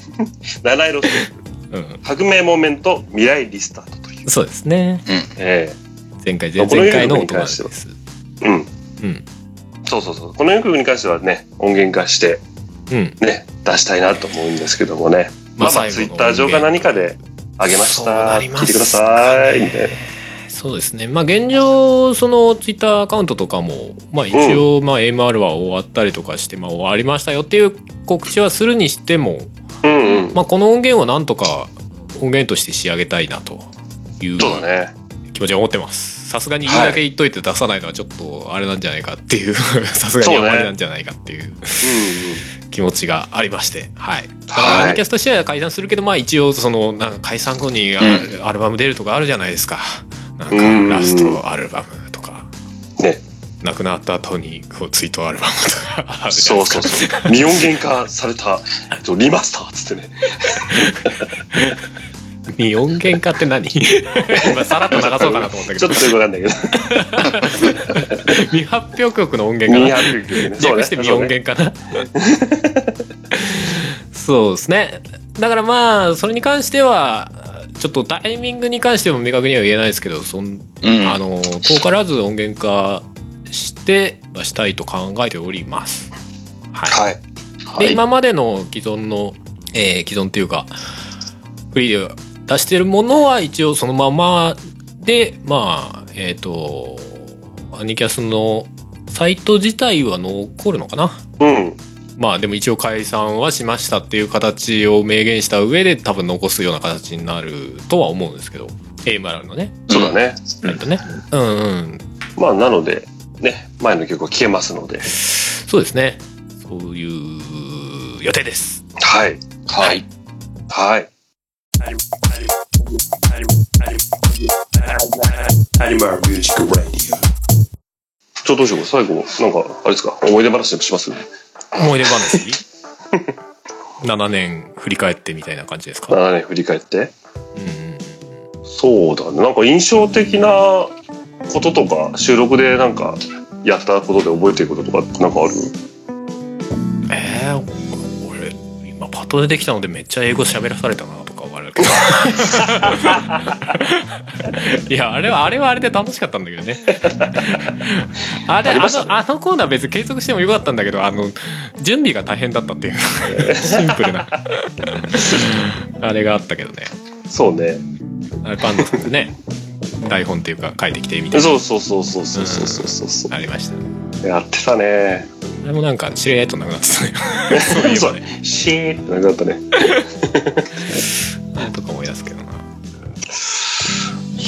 [SPEAKER 2] 七色ステップ、
[SPEAKER 1] うん。
[SPEAKER 2] 革命モーメント、未来リスタートという。
[SPEAKER 1] そうですね。
[SPEAKER 2] え
[SPEAKER 1] 前回、前々回の音がです。
[SPEAKER 2] えうん。
[SPEAKER 1] うん。
[SPEAKER 2] そうそうそう。この4曲に関してはね、音源化して、
[SPEAKER 1] うん。
[SPEAKER 2] ね、出したいなと思うんですけどもね。まあまあ、ツイッター上か何かであげまし
[SPEAKER 1] そう
[SPEAKER 2] た。
[SPEAKER 1] なり
[SPEAKER 2] 聞
[SPEAKER 1] ます
[SPEAKER 2] いてください。みたいな。
[SPEAKER 1] そうですね。まあ現状、そのツイッターアカウントとかも、まあ一応、まあ MR は終わったりとかして、まあ終わりましたよっていう告知はするにしても、
[SPEAKER 2] うんうん。
[SPEAKER 1] まあこの音源をなんとか音源として仕上げたいなという
[SPEAKER 2] そうだね。
[SPEAKER 1] 気持ちを持ってます。さすがに言うだけ言っといて出さないのはちょっとあれなんじゃないかっていう、 さすがにあまりなんじゃないかっていう気持ちがありまして、はい。だから、
[SPEAKER 2] はい
[SPEAKER 1] アニキャスとしては解散するけど、まあ一応、その、なんか解散後にあ
[SPEAKER 4] う
[SPEAKER 1] アルバム出るとかあるじゃないですか。なん
[SPEAKER 2] う
[SPEAKER 1] か、
[SPEAKER 2] ん
[SPEAKER 1] ラストアルバムとか、
[SPEAKER 2] うんうん。ね。
[SPEAKER 1] 亡くなった後に、こう、追悼アルバムとかあるじゃな
[SPEAKER 2] そ
[SPEAKER 1] いうです
[SPEAKER 2] そ
[SPEAKER 1] か。
[SPEAKER 2] うそう。未音源化された、えっとリマスターっつってね。
[SPEAKER 1] 未音源化って何 今、さらっと流そうかなと思ったけ
[SPEAKER 2] ちょ
[SPEAKER 1] ど
[SPEAKER 2] っ、とよくわかんないけ ど。
[SPEAKER 1] 未発表曲の音源
[SPEAKER 2] ミニ
[SPEAKER 1] かな。
[SPEAKER 2] ハルキね。そ
[SPEAKER 1] 略
[SPEAKER 2] うね。
[SPEAKER 1] して未音源かな。 そうですね。だからまあ、それに関しては、ちょっとタイミングに関しても明確には言えないですけど、そん
[SPEAKER 4] うん。
[SPEAKER 1] あの、遠からず音源化して出したいと考えております。は
[SPEAKER 2] はい。
[SPEAKER 1] い。で、
[SPEAKER 4] はい
[SPEAKER 1] 今までの既存の、えー既存っていうか、フリーで出してるものは一応そのままで、まあ、えっ、と、アニキャスのサイト自体は残るのかな
[SPEAKER 2] うん。
[SPEAKER 1] まあでも一応解散はしましたっていう形を明言した上で多分残すような形になるとは思うんですけど、AMR のね、
[SPEAKER 2] そうだね。
[SPEAKER 1] サイトね。うんうん。
[SPEAKER 2] まあ、なので、ね、前の曲は消えますので。
[SPEAKER 1] そうですね。そういう予定です。
[SPEAKER 2] はい。
[SPEAKER 4] はい。
[SPEAKER 2] はい。ちょっとどうしようか最後、なんか、あれですか、思い出話でもします
[SPEAKER 1] 思い出話 ?7 年振り返ってみたいな感じですか、
[SPEAKER 2] ?7 年振り返って。
[SPEAKER 1] うんうん、
[SPEAKER 2] そうだね。なんか印象的なこととか、収録でなんか、やったことで覚えてることとかってなんかある
[SPEAKER 1] えー、お俺、今パッと出てきたのでめっちゃ英語喋らされたなとか思われるけ ど。いや、あれは、あれはあれで楽しかったんだけどね。あれ、
[SPEAKER 2] あ
[SPEAKER 1] あ
[SPEAKER 2] りました
[SPEAKER 1] の、あのコーナー別に継続してもよかったんだけど、あの、準備が大変だったって いう、シンプルな、あれがあったけどね。
[SPEAKER 2] そうね。
[SPEAKER 1] あれパンダさんがね台本っていうか書いてきてみたいな
[SPEAKER 2] そうそうそうそうそうそうそうそう。
[SPEAKER 1] ありましたあ
[SPEAKER 2] やってたね。
[SPEAKER 1] れもなんか知り合いとなくなってたねそういえばね
[SPEAKER 2] シーってなくなったね。
[SPEAKER 1] あれとか思い出すけどな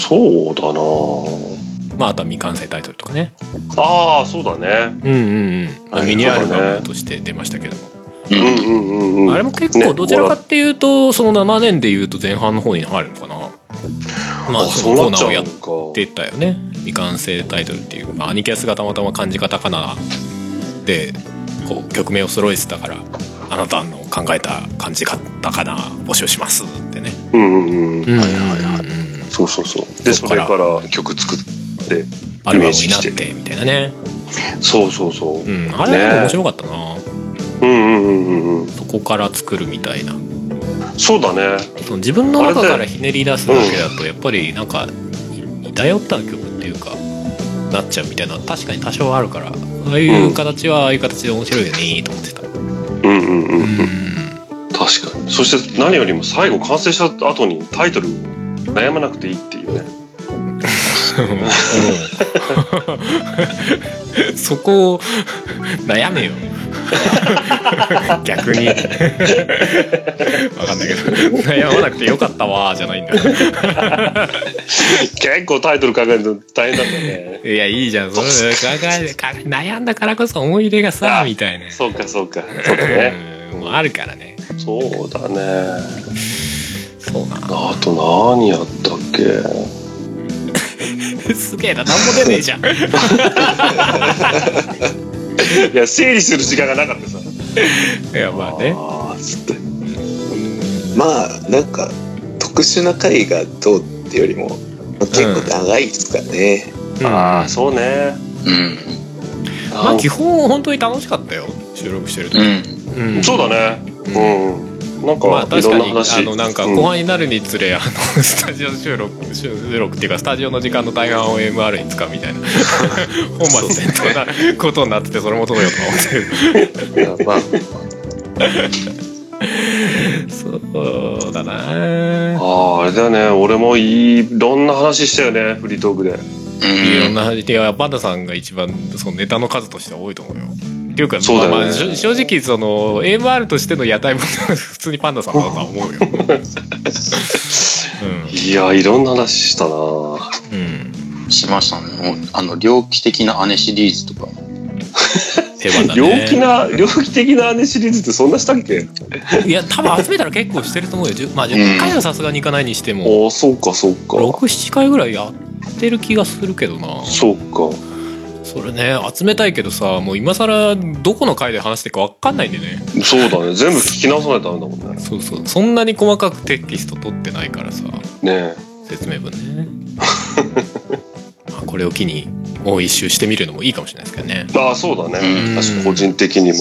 [SPEAKER 2] そうだな
[SPEAKER 1] まああとは未完成タイトルとかね
[SPEAKER 2] ああ、そうだね。
[SPEAKER 1] うんうんうん
[SPEAKER 2] はい
[SPEAKER 1] ミニアルバムとして出ましたけども、
[SPEAKER 4] う
[SPEAKER 2] うん
[SPEAKER 4] ん。
[SPEAKER 2] うんうんうん。
[SPEAKER 1] あれも結構どちらかっていうと、その7年でいうと前半の方に入るのかなまあそのコーナーをやっ
[SPEAKER 2] って
[SPEAKER 1] たよね未完成タイトルっていう、まあ、アニキャスがたまたま漢字カタカナでこう曲名を揃えてたからあなたの考えた漢字カタカナ募集しますってね、
[SPEAKER 2] うんうんうん。
[SPEAKER 1] はい
[SPEAKER 3] はいはい
[SPEAKER 1] い
[SPEAKER 2] そうそうそう。で、
[SPEAKER 1] そ
[SPEAKER 2] そ
[SPEAKER 1] っか
[SPEAKER 2] れ
[SPEAKER 1] ら
[SPEAKER 2] から曲作って。
[SPEAKER 1] アルバムになってみたいなね、
[SPEAKER 2] そうそうそ
[SPEAKER 1] う。
[SPEAKER 2] う
[SPEAKER 1] ん、あれでも面白かったな、
[SPEAKER 2] うんうんうんうんうん。
[SPEAKER 1] そこから作るみたいな
[SPEAKER 2] そうだね。
[SPEAKER 1] その自分の中からひねり出すだけだとやっぱりなんか似たよった曲っていうかなっちゃうみたいな確かに多少あるからああいう形はああいう形で面白いよねと思ってたうん
[SPEAKER 2] うんうんうんうん確かにそして何よりも最後完成した後にタイトル悩まなくていいっていうね
[SPEAKER 1] うん そこを悩 めよ逆に分かんないけど悩まなくてよかったわーじゃないんだ
[SPEAKER 2] 結構タイトル考えるの大変だった ね
[SPEAKER 1] いやいいじ ゃんそれ考え考え悩んだからこそ思い入れがさみたいな
[SPEAKER 2] そうかそうかそうだね
[SPEAKER 1] うんもうあるからね
[SPEAKER 2] そうだね
[SPEAKER 1] そうな
[SPEAKER 2] あと何やったっけ
[SPEAKER 1] すげえな何も出ねえ じゃん
[SPEAKER 2] いや整理する時間がなかったさ
[SPEAKER 1] いやまあね
[SPEAKER 2] あーつって
[SPEAKER 3] まあなんか特殊な回がどうってよりも結構長いですからね、
[SPEAKER 2] ああそうね
[SPEAKER 4] うん。
[SPEAKER 1] まあ基本本当に楽しかったよ収録してると
[SPEAKER 4] う、ん。
[SPEAKER 1] うん
[SPEAKER 2] そうだね
[SPEAKER 1] う
[SPEAKER 2] うん、なんか、
[SPEAKER 1] まあ
[SPEAKER 2] い
[SPEAKER 1] 確か
[SPEAKER 2] ろんな
[SPEAKER 1] に
[SPEAKER 2] 話
[SPEAKER 1] あのなんか
[SPEAKER 2] うん
[SPEAKER 1] 後半になるにつれ、あの スタジオ収録収録っていうかスタジオの時間の大半を MR に使うみた いな本末転倒なことになっててそれもどうよとか思ってる
[SPEAKER 4] まあ、
[SPEAKER 1] そうだな
[SPEAKER 2] あああれだよね俺もいろんな話したよねフリートークで
[SPEAKER 1] いろん
[SPEAKER 4] な。
[SPEAKER 1] な話でバンダさんが一番そのネタの数としては多いと思うよ。っていうか、
[SPEAKER 2] そうだよね
[SPEAKER 1] まあまあしょ正直その AMR としての屋台も 普通にパンダさんだとは思うよ。
[SPEAKER 2] いやいろんな話したなあ
[SPEAKER 1] うん、うん、
[SPEAKER 4] しましたね。もうあの、猟奇的な姉シリーズとか。
[SPEAKER 1] 定番だね。
[SPEAKER 2] 猟奇な猟奇的な姉シリーズってそんなしたっけ
[SPEAKER 1] いや多分集めたら結構してると思うよ。じゅまあ10回はさすがにいかないにしても、
[SPEAKER 2] ああそうかそうか
[SPEAKER 1] 六七回ぐらいやってる気がするけどな。
[SPEAKER 2] そうか
[SPEAKER 1] それね集めたいけどさ、もう今更どこの回で話してるかわかんないんでね。
[SPEAKER 2] そうだね全部聞き直さないとダメだもんね
[SPEAKER 1] そうそうそんなに細かくテキスト取ってないからさ。
[SPEAKER 2] ね
[SPEAKER 1] 説明文ね まあこれを機にもう一周してみるのもいいかもしれないですけどね
[SPEAKER 2] えああそうだね、
[SPEAKER 1] うん
[SPEAKER 2] 確かに個人的にも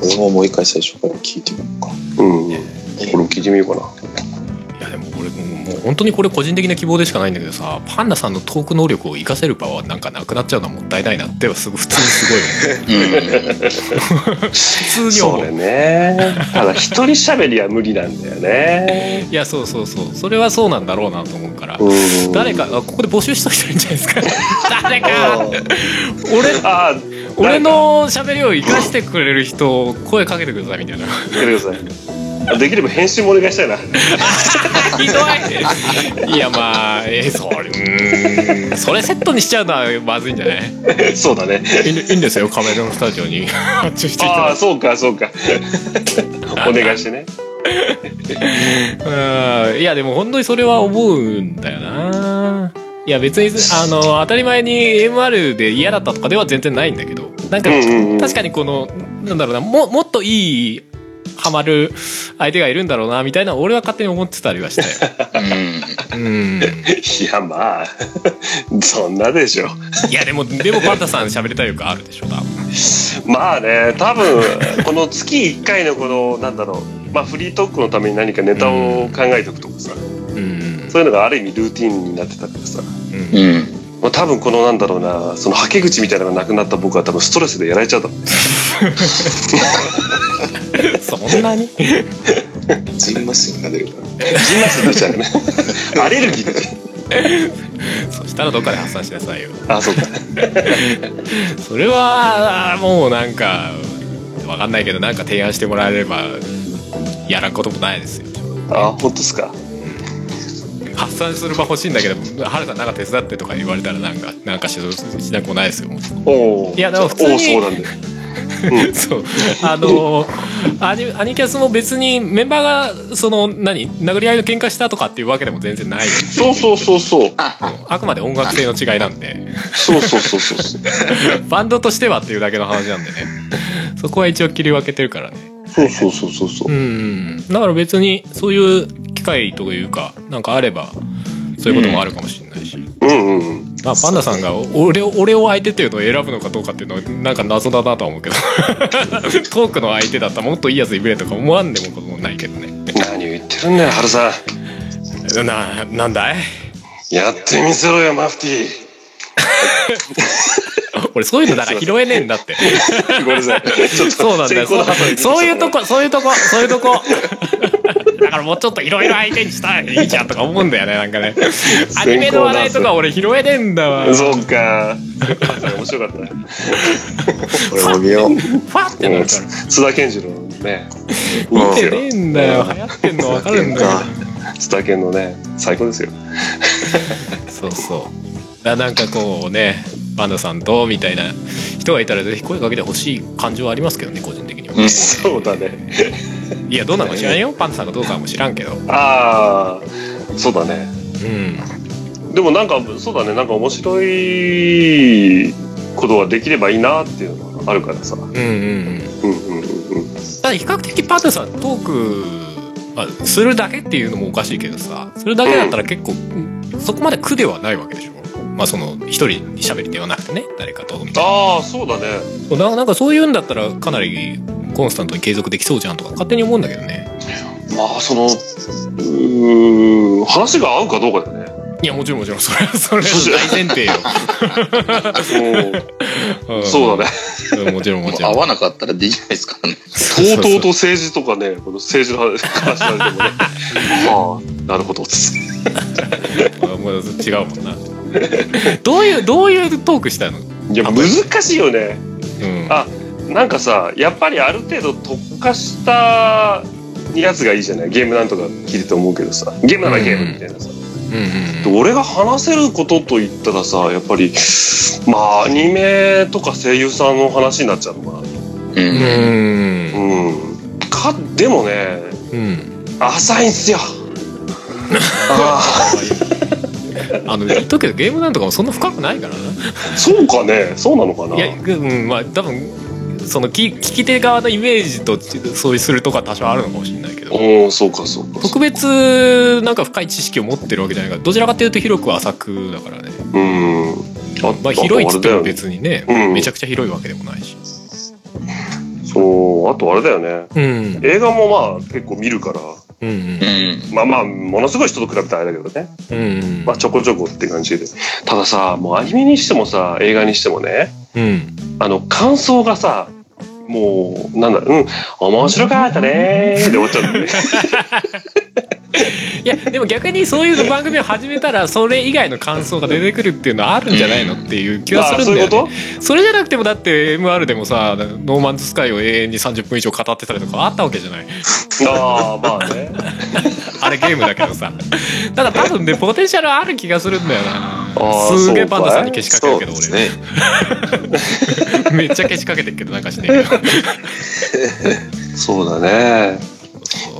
[SPEAKER 3] 俺ももう一回最初から聞いてみようか
[SPEAKER 2] うん、うん、
[SPEAKER 3] え
[SPEAKER 2] これも聞いてみようか
[SPEAKER 1] うんいやでもこれもう本当にこれ個人的な希望でしかないんだけどさパンダさんのトーク能力を活かせる場はなんかなくなっちゃうのはもったいないなってはすごい普通にすごい思う
[SPEAKER 4] うん。
[SPEAKER 1] 普
[SPEAKER 2] な
[SPEAKER 1] 通に思
[SPEAKER 2] そうれねただ一人喋りは無理なんだよね
[SPEAKER 1] いやそうそうそうそれはそうなんだろうなと思うから、
[SPEAKER 2] うん
[SPEAKER 1] 誰かあここで募集しといたらいいんじゃないです か誰
[SPEAKER 3] あ
[SPEAKER 1] か
[SPEAKER 3] ー
[SPEAKER 1] 俺
[SPEAKER 2] ああ
[SPEAKER 1] 俺の喋りを生かしてくれる人声かけてくださいみたいな
[SPEAKER 2] 見てくださいできれば編集もお願いし たいな
[SPEAKER 1] ひどいいやまあえーそれうーんそれセットにしちゃうのはまずいんじゃないい
[SPEAKER 2] そうだね
[SPEAKER 1] いいいんですよカメラのスタジオ に発注していた
[SPEAKER 2] あ
[SPEAKER 1] だ
[SPEAKER 2] あ
[SPEAKER 1] い
[SPEAKER 2] そうかそうかお願いしてね
[SPEAKER 1] てうんいやでも本当にそれは思うんだよないや別にあの当たり前に MR で嫌だったとかでは全然ないんだけどなんか、
[SPEAKER 2] うんうんうん
[SPEAKER 1] 確かにこのなんだろうなももっといいハマる相手がいるんだろうなみたいな俺は勝手に思ってたりはしたよ。
[SPEAKER 4] うん。
[SPEAKER 1] うん
[SPEAKER 2] いやまあそんなでしょ
[SPEAKER 1] いやでもでもパンタさん喋りたい欲あるでしょ多分。
[SPEAKER 2] まあね多分この月1回のこのなんだろうまあフリートークのために何かネタを考えておくとかさ
[SPEAKER 1] うん
[SPEAKER 2] そういうのがある意味ルーティンになってたからさ、
[SPEAKER 1] うん
[SPEAKER 4] うん。
[SPEAKER 2] まあ、多分このなんだろうなそのはけ口みたいなのがなくなった僕は多分ストレスでやられちゃうだろう
[SPEAKER 1] そんなに
[SPEAKER 3] ジンマシンが出るから
[SPEAKER 2] ジンマシン出ちゃう よねアレルギー出ちゃ
[SPEAKER 1] そしたらどっかで発散しなさいよ
[SPEAKER 2] うあそうか
[SPEAKER 1] それはもうなんかわかんないけどなんか提案してもらえればやらんこともないですよ
[SPEAKER 2] あ本当ですか
[SPEAKER 1] 発散する場欲しいんだけど「ハルさんなんか手伝って」とか言われたらなんかなんかししなくもないですよ
[SPEAKER 2] おお
[SPEAKER 1] いやでも普通に
[SPEAKER 2] おおそうなんだよ
[SPEAKER 1] そうあのーアニアニキャスも別にメンバーがその何殴り合いの喧嘩したとかっていうわけでも全然ない
[SPEAKER 2] そうそうそうそう
[SPEAKER 1] あくまで音楽性の違いなんで
[SPEAKER 2] そうそうそうそうそう
[SPEAKER 1] バンドとしてはっていうだけの話なんでねそこは一応切り分けてるからね、
[SPEAKER 2] そうそうそうそうそううん
[SPEAKER 1] だから別にそういう機会というかなんかあればそういうこともあるかもしれないし、
[SPEAKER 2] うんうんうん
[SPEAKER 1] まあ、パンダさんが俺を俺を相手っていうのを選ぶのかどうかっていうのはなんか謎だなとは 思うけどトークの相手だったらもっといいやついぶれとか思わんでもこともないけど ね
[SPEAKER 2] 何を言ってるんだよ春さん
[SPEAKER 1] ななんだい
[SPEAKER 2] やってみせろよマフティ
[SPEAKER 1] 俺そういうのだから拾えねえんだって。
[SPEAKER 2] ごめんなさい。 ちょっと
[SPEAKER 1] そうなんだよ。
[SPEAKER 2] 先
[SPEAKER 1] そ
[SPEAKER 2] 行
[SPEAKER 1] う
[SPEAKER 2] の発言
[SPEAKER 1] そういうとこ、そういうとこ、そういうとこ。だからもうちょっといろいろ相手にしたらいいじゃんとか思うんだよね、なんかね。アニメの話題とか俺拾えねえんだわ。フ
[SPEAKER 2] そうか。面白かった。
[SPEAKER 3] 俺も見よう。
[SPEAKER 1] ァってな
[SPEAKER 2] うん
[SPEAKER 1] るから。
[SPEAKER 2] 津田健次郎のね。
[SPEAKER 1] 見てねえんだよ。流行ってんのわかるんだ
[SPEAKER 3] か
[SPEAKER 1] よ。
[SPEAKER 2] 津田健のね、最高ですよ。
[SPEAKER 1] そうそう。だなんかこうね、パンダさんとみたいな人がいたらぜひ声かけてほしい感情はありますけどね、個人的には。
[SPEAKER 4] うん
[SPEAKER 2] そうだね。
[SPEAKER 1] いや、どうなのか知らんよ。パンダさんがどうかも知らんけど。うん。
[SPEAKER 2] ああ、そうだね。でもなんか、そうだね。なんか面白いことができればいいなっていうのがあるからさ。
[SPEAKER 1] うんうんうん。
[SPEAKER 2] うんうんうんうん。
[SPEAKER 1] ただ比較的パンダさんトーク、まあ、するだけっていうのもおかしいけどさそれだけだったら結構、そこまで苦ではないわけでしょまあその一人喋りではなくてね誰かとみたい
[SPEAKER 2] ああ、そうだね。
[SPEAKER 1] なななんかそういうんだったらかなりコンスタントに継続できそうじゃんとか勝手に思うんだけどね
[SPEAKER 2] まあ、その、うーん、話が合うかどう かだね。
[SPEAKER 1] いやもちろんもちろんそれは それは大前提よ、
[SPEAKER 2] うんそうだね。
[SPEAKER 1] ね、うんもちろんもちろ
[SPEAKER 4] 合
[SPEAKER 1] ん
[SPEAKER 4] わなかったらできないですからね。
[SPEAKER 2] とうとうと政治とかね、この政治の話話 されてもね、ああ、なるほど、つって
[SPEAKER 1] あもう違うもんなどういうどういうトークしたの、う
[SPEAKER 2] いや、
[SPEAKER 1] あ
[SPEAKER 2] 難しいよね。
[SPEAKER 1] ん、
[SPEAKER 2] あなんかさ、やっぱりある程度特化したやつがいいじゃないゲームなんとか聞いてて思うけどさ、ゲームならゲームみたいなさ。
[SPEAKER 1] うんうんうん
[SPEAKER 2] で俺が話せることといったらさ、やっぱり、まあ、アニメとか声優さんの話になっちゃうのかな。
[SPEAKER 4] う。
[SPEAKER 1] うんん
[SPEAKER 2] うん。か、でもね、
[SPEAKER 1] うん
[SPEAKER 2] 浅い んすよ。あ
[SPEAKER 1] あの言っとくけどゲームなんとかもそんな深くないからな
[SPEAKER 2] あ、そうかね、そうなのかな。
[SPEAKER 1] いやうんまあ多分その聞聞き手側のイメージと相違するとか多少あるのかもしれないけど
[SPEAKER 2] おおそうかそうかそう
[SPEAKER 1] 特別なんか深い知識を持ってるわけじゃないからどちらかというと広く浅くだからね
[SPEAKER 2] うん
[SPEAKER 1] まあ広いっつっても
[SPEAKER 2] 別
[SPEAKER 1] 別にね
[SPEAKER 2] うん
[SPEAKER 1] めちゃくちゃ広いわけでもないし
[SPEAKER 2] そうあとあれだよね
[SPEAKER 1] うん
[SPEAKER 2] 映画もまあ結構見るから
[SPEAKER 1] うんうん
[SPEAKER 4] うん。
[SPEAKER 2] まあまあものすごい人と比べたらあれだけどね
[SPEAKER 1] うんうん
[SPEAKER 2] まあちょこちょこって感じでたださもうアニメにしてもさ映画にしてもね
[SPEAKER 1] うん
[SPEAKER 2] あの感想がさもうなんだうん面白かったねーって終わっちゃうんだよね
[SPEAKER 1] いやでも逆にそういう番組を始めたらそれ以外の感想が出てくるっていうのはあるんじゃないのっていう 気はす
[SPEAKER 2] あ
[SPEAKER 1] るん
[SPEAKER 2] そう
[SPEAKER 1] だ
[SPEAKER 2] い
[SPEAKER 1] よ
[SPEAKER 2] う
[SPEAKER 1] ね
[SPEAKER 2] こ
[SPEAKER 1] それじゃなくてもだって MR でもさノーマンズスカイを永遠に30分以上語ってたりとかあったわけじゃない
[SPEAKER 2] とああまあね
[SPEAKER 1] あれゲームだけどさ ただ多分ねポテンシャルある気がするんだよな
[SPEAKER 2] あー
[SPEAKER 1] すげえ
[SPEAKER 2] そうか
[SPEAKER 1] パ
[SPEAKER 2] い
[SPEAKER 1] ンダさんにけしかけ
[SPEAKER 3] そ
[SPEAKER 1] る
[SPEAKER 3] う
[SPEAKER 1] けど
[SPEAKER 3] です
[SPEAKER 1] 俺、
[SPEAKER 3] ね。
[SPEAKER 1] めっちゃけしかけてるけどなんかしね えけど
[SPEAKER 2] そうだね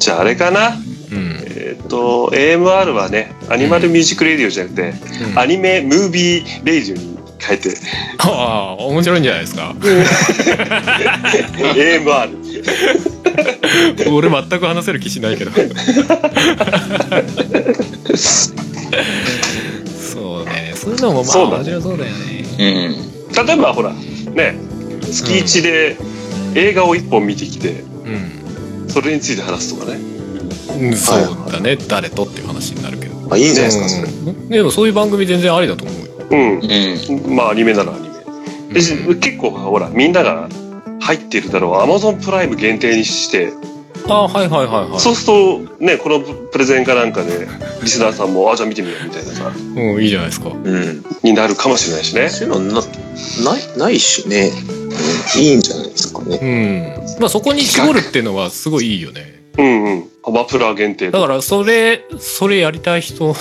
[SPEAKER 2] じゃああれかな
[SPEAKER 1] うん、
[SPEAKER 2] えっと AMR はねアニマルミュージックレディオじゃなくて
[SPEAKER 1] あ
[SPEAKER 2] アニメムービーレイジュに変 えて
[SPEAKER 1] あー面白いんじゃないですか
[SPEAKER 2] AMR
[SPEAKER 1] 俺全く話せる気しないけ どそうねそういうのもまあ
[SPEAKER 2] そうだね
[SPEAKER 1] 面白そうだよね
[SPEAKER 4] うん。
[SPEAKER 2] 例えばほらね月1で映画を1本見てきてそれについて話すとかね
[SPEAKER 1] うん、うん、そうだね誰とっていう話になるけど
[SPEAKER 3] あ、いいんじゃないですか、そ
[SPEAKER 1] う
[SPEAKER 3] れ。
[SPEAKER 1] んでもそういう番組全然ありだと思うよ、
[SPEAKER 2] う
[SPEAKER 4] うん。
[SPEAKER 2] んまあアニメならアニメでし結構ほらみんなが入ってるだろう Amazon プライム限定にして
[SPEAKER 1] あはいはいはいはい
[SPEAKER 2] そうするとねこのプレゼンかなんか でリスナーさんもあじゃあ見てみようみたいなさ
[SPEAKER 1] うんいいじゃないですか
[SPEAKER 3] うん。
[SPEAKER 2] になるかもしれないしね
[SPEAKER 3] そういうのな、ない、ないしね。うんいいんじゃないですかね。
[SPEAKER 1] うんまあそこに絞るっていうのはすごいいいよね
[SPEAKER 2] うんうんアマプラ限定
[SPEAKER 1] だ
[SPEAKER 2] と
[SPEAKER 1] からそれそれやりたい 人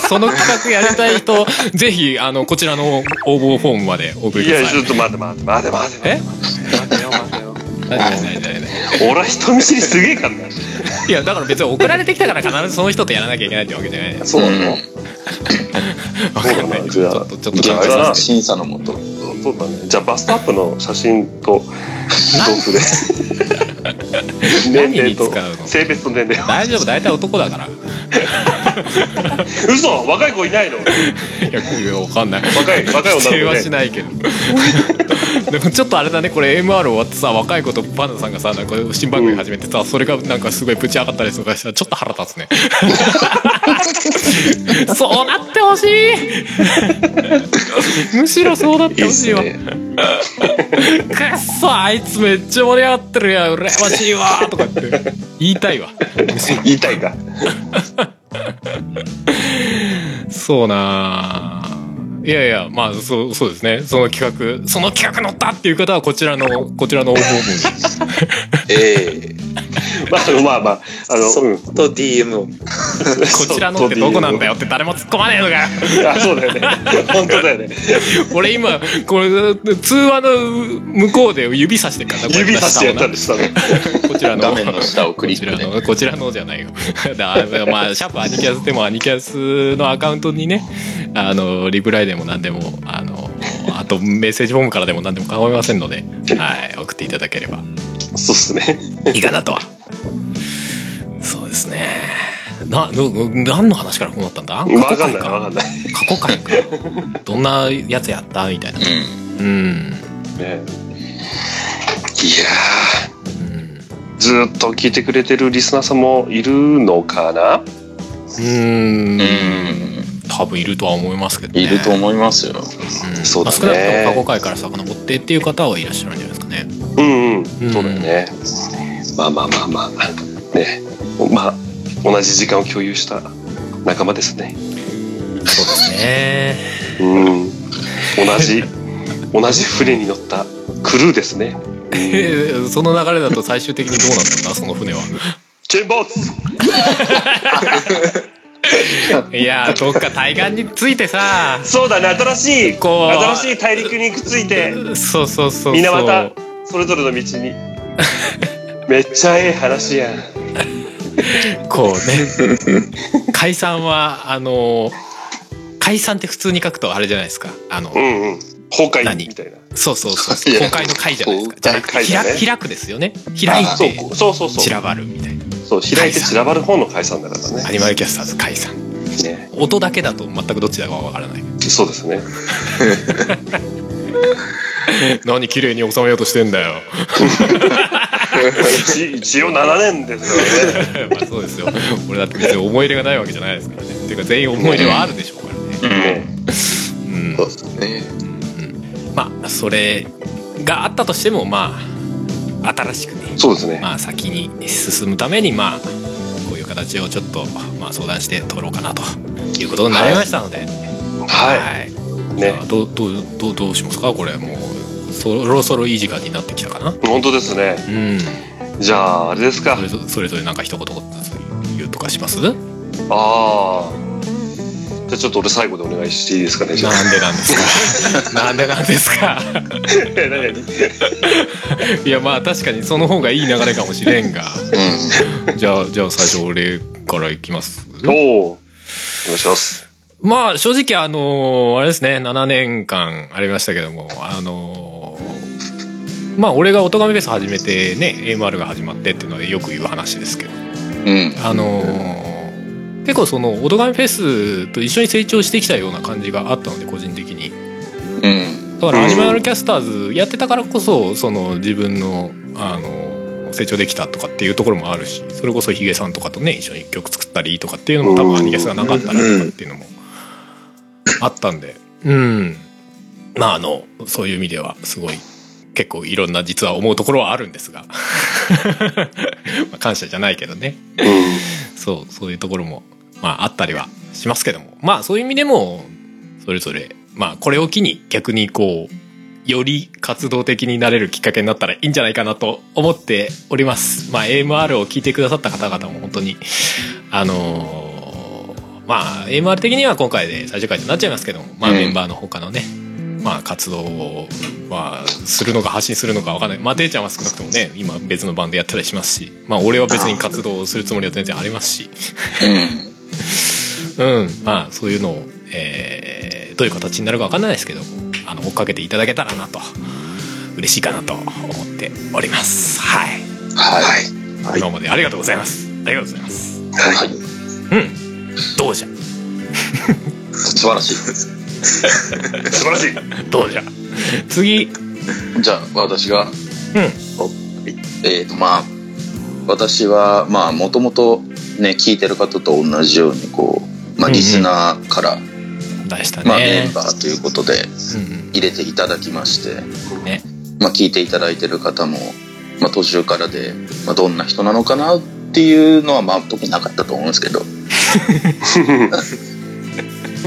[SPEAKER 1] その企画やりたい人ぜひあのこちらの応募フォームまでお送り
[SPEAKER 2] い
[SPEAKER 1] くだ
[SPEAKER 2] やち
[SPEAKER 1] さい
[SPEAKER 2] ょっと待って待って待って待って
[SPEAKER 1] え
[SPEAKER 2] 待ってよ待ってよ
[SPEAKER 1] 何何何何何
[SPEAKER 2] 俺は人見知りすげえからね
[SPEAKER 1] いやだから別に送られてきたから必ずその人とやらなきゃいけないってわけじゃないわ
[SPEAKER 2] そうなの、
[SPEAKER 1] かんないち
[SPEAKER 2] じ
[SPEAKER 1] ょ
[SPEAKER 2] ゃ
[SPEAKER 1] っ
[SPEAKER 2] あ
[SPEAKER 1] とちょっと
[SPEAKER 2] じゃ
[SPEAKER 1] 考
[SPEAKER 2] あ
[SPEAKER 1] えさせて
[SPEAKER 4] 審査のもと。
[SPEAKER 2] そうだねじゃあバストアップの写真と同封で年
[SPEAKER 1] 何
[SPEAKER 2] 齢
[SPEAKER 1] に使
[SPEAKER 2] と
[SPEAKER 1] うの
[SPEAKER 2] 性別と年齢を
[SPEAKER 1] 大丈夫大体男だから
[SPEAKER 2] 嘘若い子いないの
[SPEAKER 1] いや、これわかんない。
[SPEAKER 2] 若い若い女の子ね
[SPEAKER 1] 否定はしないけど。でもちょっとあれだね、これ MR 終わってさ、若い子とパンダさんがさ、なんか新番組始めてさ、それがなんかすごいぶち上がったりとかしたら、ちょっと腹 立つね。そうなって ほしいむしろそうなって
[SPEAKER 3] いい
[SPEAKER 1] ほ
[SPEAKER 3] っ
[SPEAKER 1] し
[SPEAKER 3] す
[SPEAKER 1] いわ。
[SPEAKER 3] ね。
[SPEAKER 1] くっそ、あいつめっちゃ盛り上がってるやん、羨ましいわとかって言いた いわ。
[SPEAKER 3] 言いたいか。
[SPEAKER 1] そうなあいやいや、まあ、そう、そうですね。その企画、その企画乗ったっていう方は、こちらの、こちら の応募に。
[SPEAKER 3] ええ
[SPEAKER 2] まあまあまああの
[SPEAKER 3] そ
[SPEAKER 2] うん
[SPEAKER 3] っと DM を。
[SPEAKER 1] こちらのってどこなんだよって誰も突っ込まねえのかよ。
[SPEAKER 2] あそう だよね本当だよね
[SPEAKER 1] 俺今、これ、通話の向こうで指さしてるからなこれ
[SPEAKER 2] 指さしてやったんでしたね
[SPEAKER 1] こちらの。
[SPEAKER 4] 画面の下をクリッ
[SPEAKER 1] こ
[SPEAKER 4] ク
[SPEAKER 1] ち
[SPEAKER 4] で
[SPEAKER 1] らのこちらのじゃないよ だまあシャープアニキャスでもアニキャスのアカウントにねあのリプライでも何でもあのあとメッセージフォームからでも何でも構いませんので、はい、送っていただければ
[SPEAKER 2] そうっすね
[SPEAKER 1] いいかなとはそうですねなの何の話からこうなったんだ過
[SPEAKER 2] わ
[SPEAKER 1] 去
[SPEAKER 2] かん
[SPEAKER 1] 回
[SPEAKER 2] ないわか
[SPEAKER 1] か
[SPEAKER 2] んない
[SPEAKER 1] 過去回かどんなやつやったみたいなうん
[SPEAKER 2] ね
[SPEAKER 3] いや
[SPEAKER 1] うん
[SPEAKER 2] ずーっと聞いてくれてるリスナーさんもいるのかな
[SPEAKER 1] うん
[SPEAKER 4] うん、うん、
[SPEAKER 1] 多分いるとは思いますけどね
[SPEAKER 4] いると思いますよ
[SPEAKER 1] うん
[SPEAKER 2] そうだね
[SPEAKER 1] まあ、少なくとも過去回から遡ってっていう方はいらっしゃるんじゃないですかね。
[SPEAKER 2] うんうん
[SPEAKER 1] うん
[SPEAKER 2] そうだよねまあまあまあまあねまあ同じ時間を共有した仲間ですね
[SPEAKER 1] そうですね。
[SPEAKER 2] うん同じ同じ船に乗ったクルーですね
[SPEAKER 1] その流れだと最終的にどうなったんだその船は。
[SPEAKER 2] 沈没
[SPEAKER 1] いやーどっか対岸についてさ
[SPEAKER 2] そうだね新しい
[SPEAKER 1] こう
[SPEAKER 2] 新しい大陸にくっついて
[SPEAKER 1] そうそうそうそう
[SPEAKER 2] みんなまたそれぞれの道にめっちゃええ話やん
[SPEAKER 1] こうね 解散はあのー解散って普通に書くとあれじゃないですかあの、
[SPEAKER 2] うんうん崩壊
[SPEAKER 1] 何
[SPEAKER 2] みたいな
[SPEAKER 1] そうそうそうそう公開の会じゃないですかじゃなくて
[SPEAKER 2] 公開だね
[SPEAKER 1] 開開くですよね開い
[SPEAKER 2] そ
[SPEAKER 1] て
[SPEAKER 2] うそうそうそう
[SPEAKER 1] 散らばるみたいな
[SPEAKER 2] そう開いて散らばる方の解散だからね
[SPEAKER 1] アニマルキャスターズ解散
[SPEAKER 2] ね
[SPEAKER 1] 音だけだと全くどっちだかわからない
[SPEAKER 2] そうですね
[SPEAKER 1] 何綺麗に収めようとしてんだよ
[SPEAKER 2] 一一応7年ですからね
[SPEAKER 1] まあそうですよ俺だって別に思い入れがないわけじゃないですからねっていうか全員思い入れはあるでしょうからね
[SPEAKER 4] うん
[SPEAKER 1] うん
[SPEAKER 3] そうですね。
[SPEAKER 1] まあそれがあったとしてもまあ新しくね、
[SPEAKER 2] そうですね
[SPEAKER 1] まあ、先に進むためにまあこういう形をちょっと、まあ、相談して取ろうかなということになりましたので、
[SPEAKER 2] はいいね
[SPEAKER 1] まあどうどうどうどうしますかこれもうそろそろいい時間になってきたかな
[SPEAKER 2] 本当ですね
[SPEAKER 1] うん
[SPEAKER 2] じゃああれですか
[SPEAKER 1] それぞそれぞれなんか一言言うとかします
[SPEAKER 2] ああじゃあちょっと俺最後でお願いしていいですかねじゃあ
[SPEAKER 1] なんでなんですか なんでなんですか
[SPEAKER 2] え 何
[SPEAKER 1] いやまあ確かにその方がいい流れかもしれんがじゃあじゃあ最初俺からいきます
[SPEAKER 2] 々おおお願いします
[SPEAKER 1] まあ正直あのーあれですね7年間ありましたけどもあのーまあ俺が「おとがめフェス」始めてね AMR が始まってっていうのはよく言う話ですけど
[SPEAKER 4] うん
[SPEAKER 1] あのー結構その「おとがめフェス」と一緒に成長してきたような感じがあったので個人的に
[SPEAKER 4] うん
[SPEAKER 1] だか
[SPEAKER 2] う
[SPEAKER 1] ら
[SPEAKER 2] ん
[SPEAKER 1] アニマルキャスターズやってたからこそその自分のあの成長できたとかっていうところもあるしそれこそヒゲさんとかとね一緒に曲作ったりとかっていうのも多
[SPEAKER 2] うん
[SPEAKER 1] 分アニキャスがなかったらとかっていうのもあったんでうんまああのそういう意味ではすごい結構いろんな実は思うところはあるんですが まあ感謝じゃないけどねそう、そういうところも、まあ、あったりはしますけども。まあ、そういう意味でも、それぞれ、まあ、これを機に逆にこう、より活動的になれるきっかけになったらいいんじゃないかなと思っております。まあ、AMR を聞いてくださった方々も本当に、あのーまあ、AMR 的には今回で最終回となっちゃいますけども、まあ、
[SPEAKER 4] うん
[SPEAKER 1] メンバーの他のね、まあ、活動を、まあ、するのか発信するのかわかんない。まあ、ていちゃんは少なくともね、今別のバンドやったりしますし、まあ、俺は別に活動をするつもりは全然ありますし、
[SPEAKER 4] うん
[SPEAKER 1] うん、まあ、そういうのを、えーどういう形になるかわかんないですけど、あの、追っかけていただけたらなと、嬉しいかなと思っております。はい。
[SPEAKER 3] はい。
[SPEAKER 1] 今までありがとうございます。ありがとうございます。
[SPEAKER 3] はい。
[SPEAKER 1] うん。どうじゃ
[SPEAKER 4] 素晴らしい。
[SPEAKER 2] 素晴らしい。
[SPEAKER 1] どうじゃ次
[SPEAKER 4] じゃあ、私
[SPEAKER 1] う
[SPEAKER 4] が。
[SPEAKER 1] ん
[SPEAKER 4] えっ、と、まあ、私は、まあ、もともとね、聞いてる方と同じように、こう、まあ、リスナーから、
[SPEAKER 1] 出した
[SPEAKER 4] まあ、メ
[SPEAKER 1] ね
[SPEAKER 4] ン、バーということで、
[SPEAKER 1] うん
[SPEAKER 4] 入れていただきまして、
[SPEAKER 1] うんね
[SPEAKER 4] まあ、聞いていただいてる方も、まあ、途中からで、まあ、どんな人なのかなっていうのは、まあ、特になかったと思うんですけど、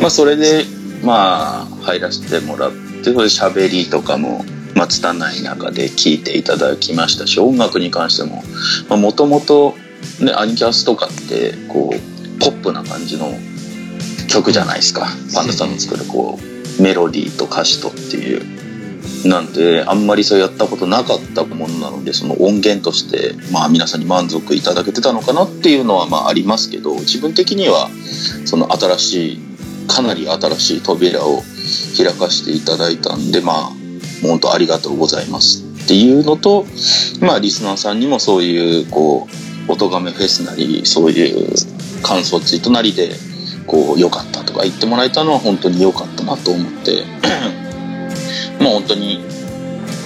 [SPEAKER 4] まあ、それで、まあ、入らせてもらって、それで喋りとかも、まあ、拙い中で聞いていただきましたし、音楽に関しても、まあ、もともと、ね、アニキャスとかって、こう、ポップな感じの曲じゃないですか。パンダさんの作る、こう、メロディーと歌詞とっていう。なんで、あんまりそうやったことなかったものなので、その音源として、まあ皆さんに満足いただけてたのかなっていうのはまあありますけど、自分的には、その新しい、かなり新しい扉を開かせていただいたんで、まあ、もう本当ありがとうございますっていうのと、まあリスナーさんにもそういう、こう、音がめフェスなり、そういう感想ツイートなりで、こう、良かったとか言ってもらえたのは本当に良かったなと思って、 まあ本当に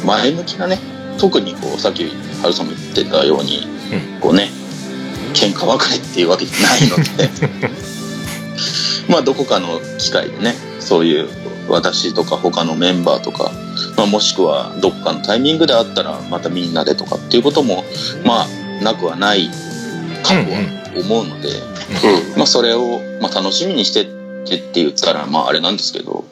[SPEAKER 4] 前向きなね特にこうさっき春さんも言ってたように、こうね喧嘩別れっていうわけじゃないので まあどこかの機会でねそういう私とか他のメンバーとか、まあ、もしくはどこかのタイミングであったらまたみんなでとかっていうこともまあなくはないかとは思うので、まあ、それを、まあ、楽しみにしてってって言ったら、まあ、あれなんですけど、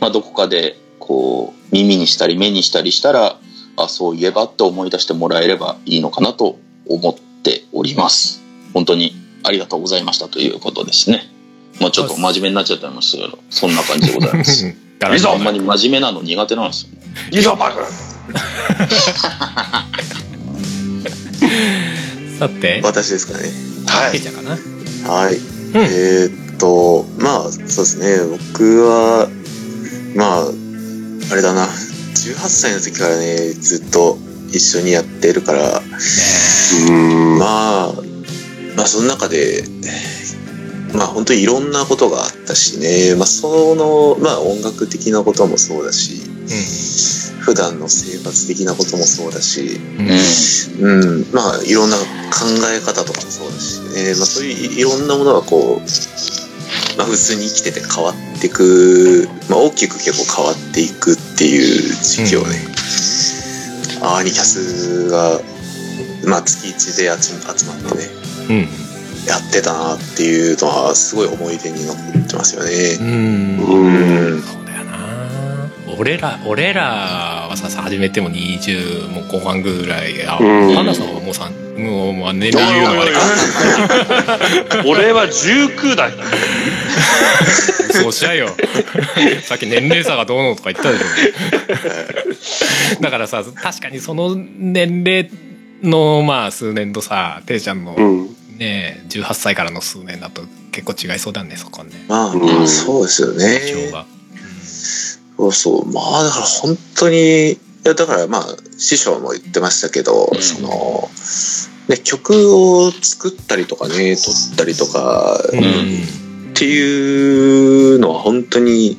[SPEAKER 4] まあ、どこかで、こう、耳にしたり目にしたりしたら、あ、そういえばって思い出してもらえればいいのかなと思っております。本当にありがとうございましたということですね。まあ、ちょっと真面目になっちゃってますけど、そんな感じでご ざいます。
[SPEAKER 1] だ
[SPEAKER 2] いいぞ
[SPEAKER 4] あんまり真面目なの苦手なんですよ。
[SPEAKER 2] いいぞ、パン君
[SPEAKER 1] さて
[SPEAKER 3] 私ですかね。
[SPEAKER 2] は
[SPEAKER 1] け
[SPEAKER 2] い。
[SPEAKER 1] ちゃんかな
[SPEAKER 3] はい。えーっと、まあ、そうですね。僕は、まあ、あれだな。18歳の時からね、ずっと一緒にやってるから、
[SPEAKER 2] うん。
[SPEAKER 3] まあ、まあ、その中で、まあ、本当にいろんなことがあったしね、まあ、その、まあ、音楽的なこともそうだし、普段の生活的なこともそうだし、
[SPEAKER 1] うん
[SPEAKER 4] うん。
[SPEAKER 3] うん、まあいろんな考え方とかもそうだし、ねまあ、そういういいろんなものがこう、まあ、普通に生きてて変わっていく、まあ、大きく結構変わっていくっていう時期をね、アーニキャスが、まあ、月1で集ま集まってね
[SPEAKER 1] うん
[SPEAKER 3] やってたなっていうのはすごい思い出に残ってますよね。
[SPEAKER 1] うん
[SPEAKER 2] うん。
[SPEAKER 1] そうだよな俺ら俺らはささ始めても20もう後半ぐらいあ
[SPEAKER 2] うん
[SPEAKER 1] パンダさんはもうさもうまあ年齢言うなまでか
[SPEAKER 2] 俺は19代。
[SPEAKER 1] そうしちゃえよさっき年齢差がどうのとか言ったでしょだからさ確かにその年齢のまあ数年とさていちゃんの
[SPEAKER 2] うん。
[SPEAKER 1] ね18歳からの数年だと結構違いそうだねそこはね
[SPEAKER 3] まあ、
[SPEAKER 2] うん
[SPEAKER 3] そうですよね。
[SPEAKER 1] 印象が
[SPEAKER 3] そうそう。まあ、だから本当に、いや、だからまあ、師匠も言ってましたけど、
[SPEAKER 4] うん
[SPEAKER 3] その、ね、曲を作ったりとかね、撮ったりとか、
[SPEAKER 1] うん
[SPEAKER 4] ん
[SPEAKER 3] っていうのは本当に、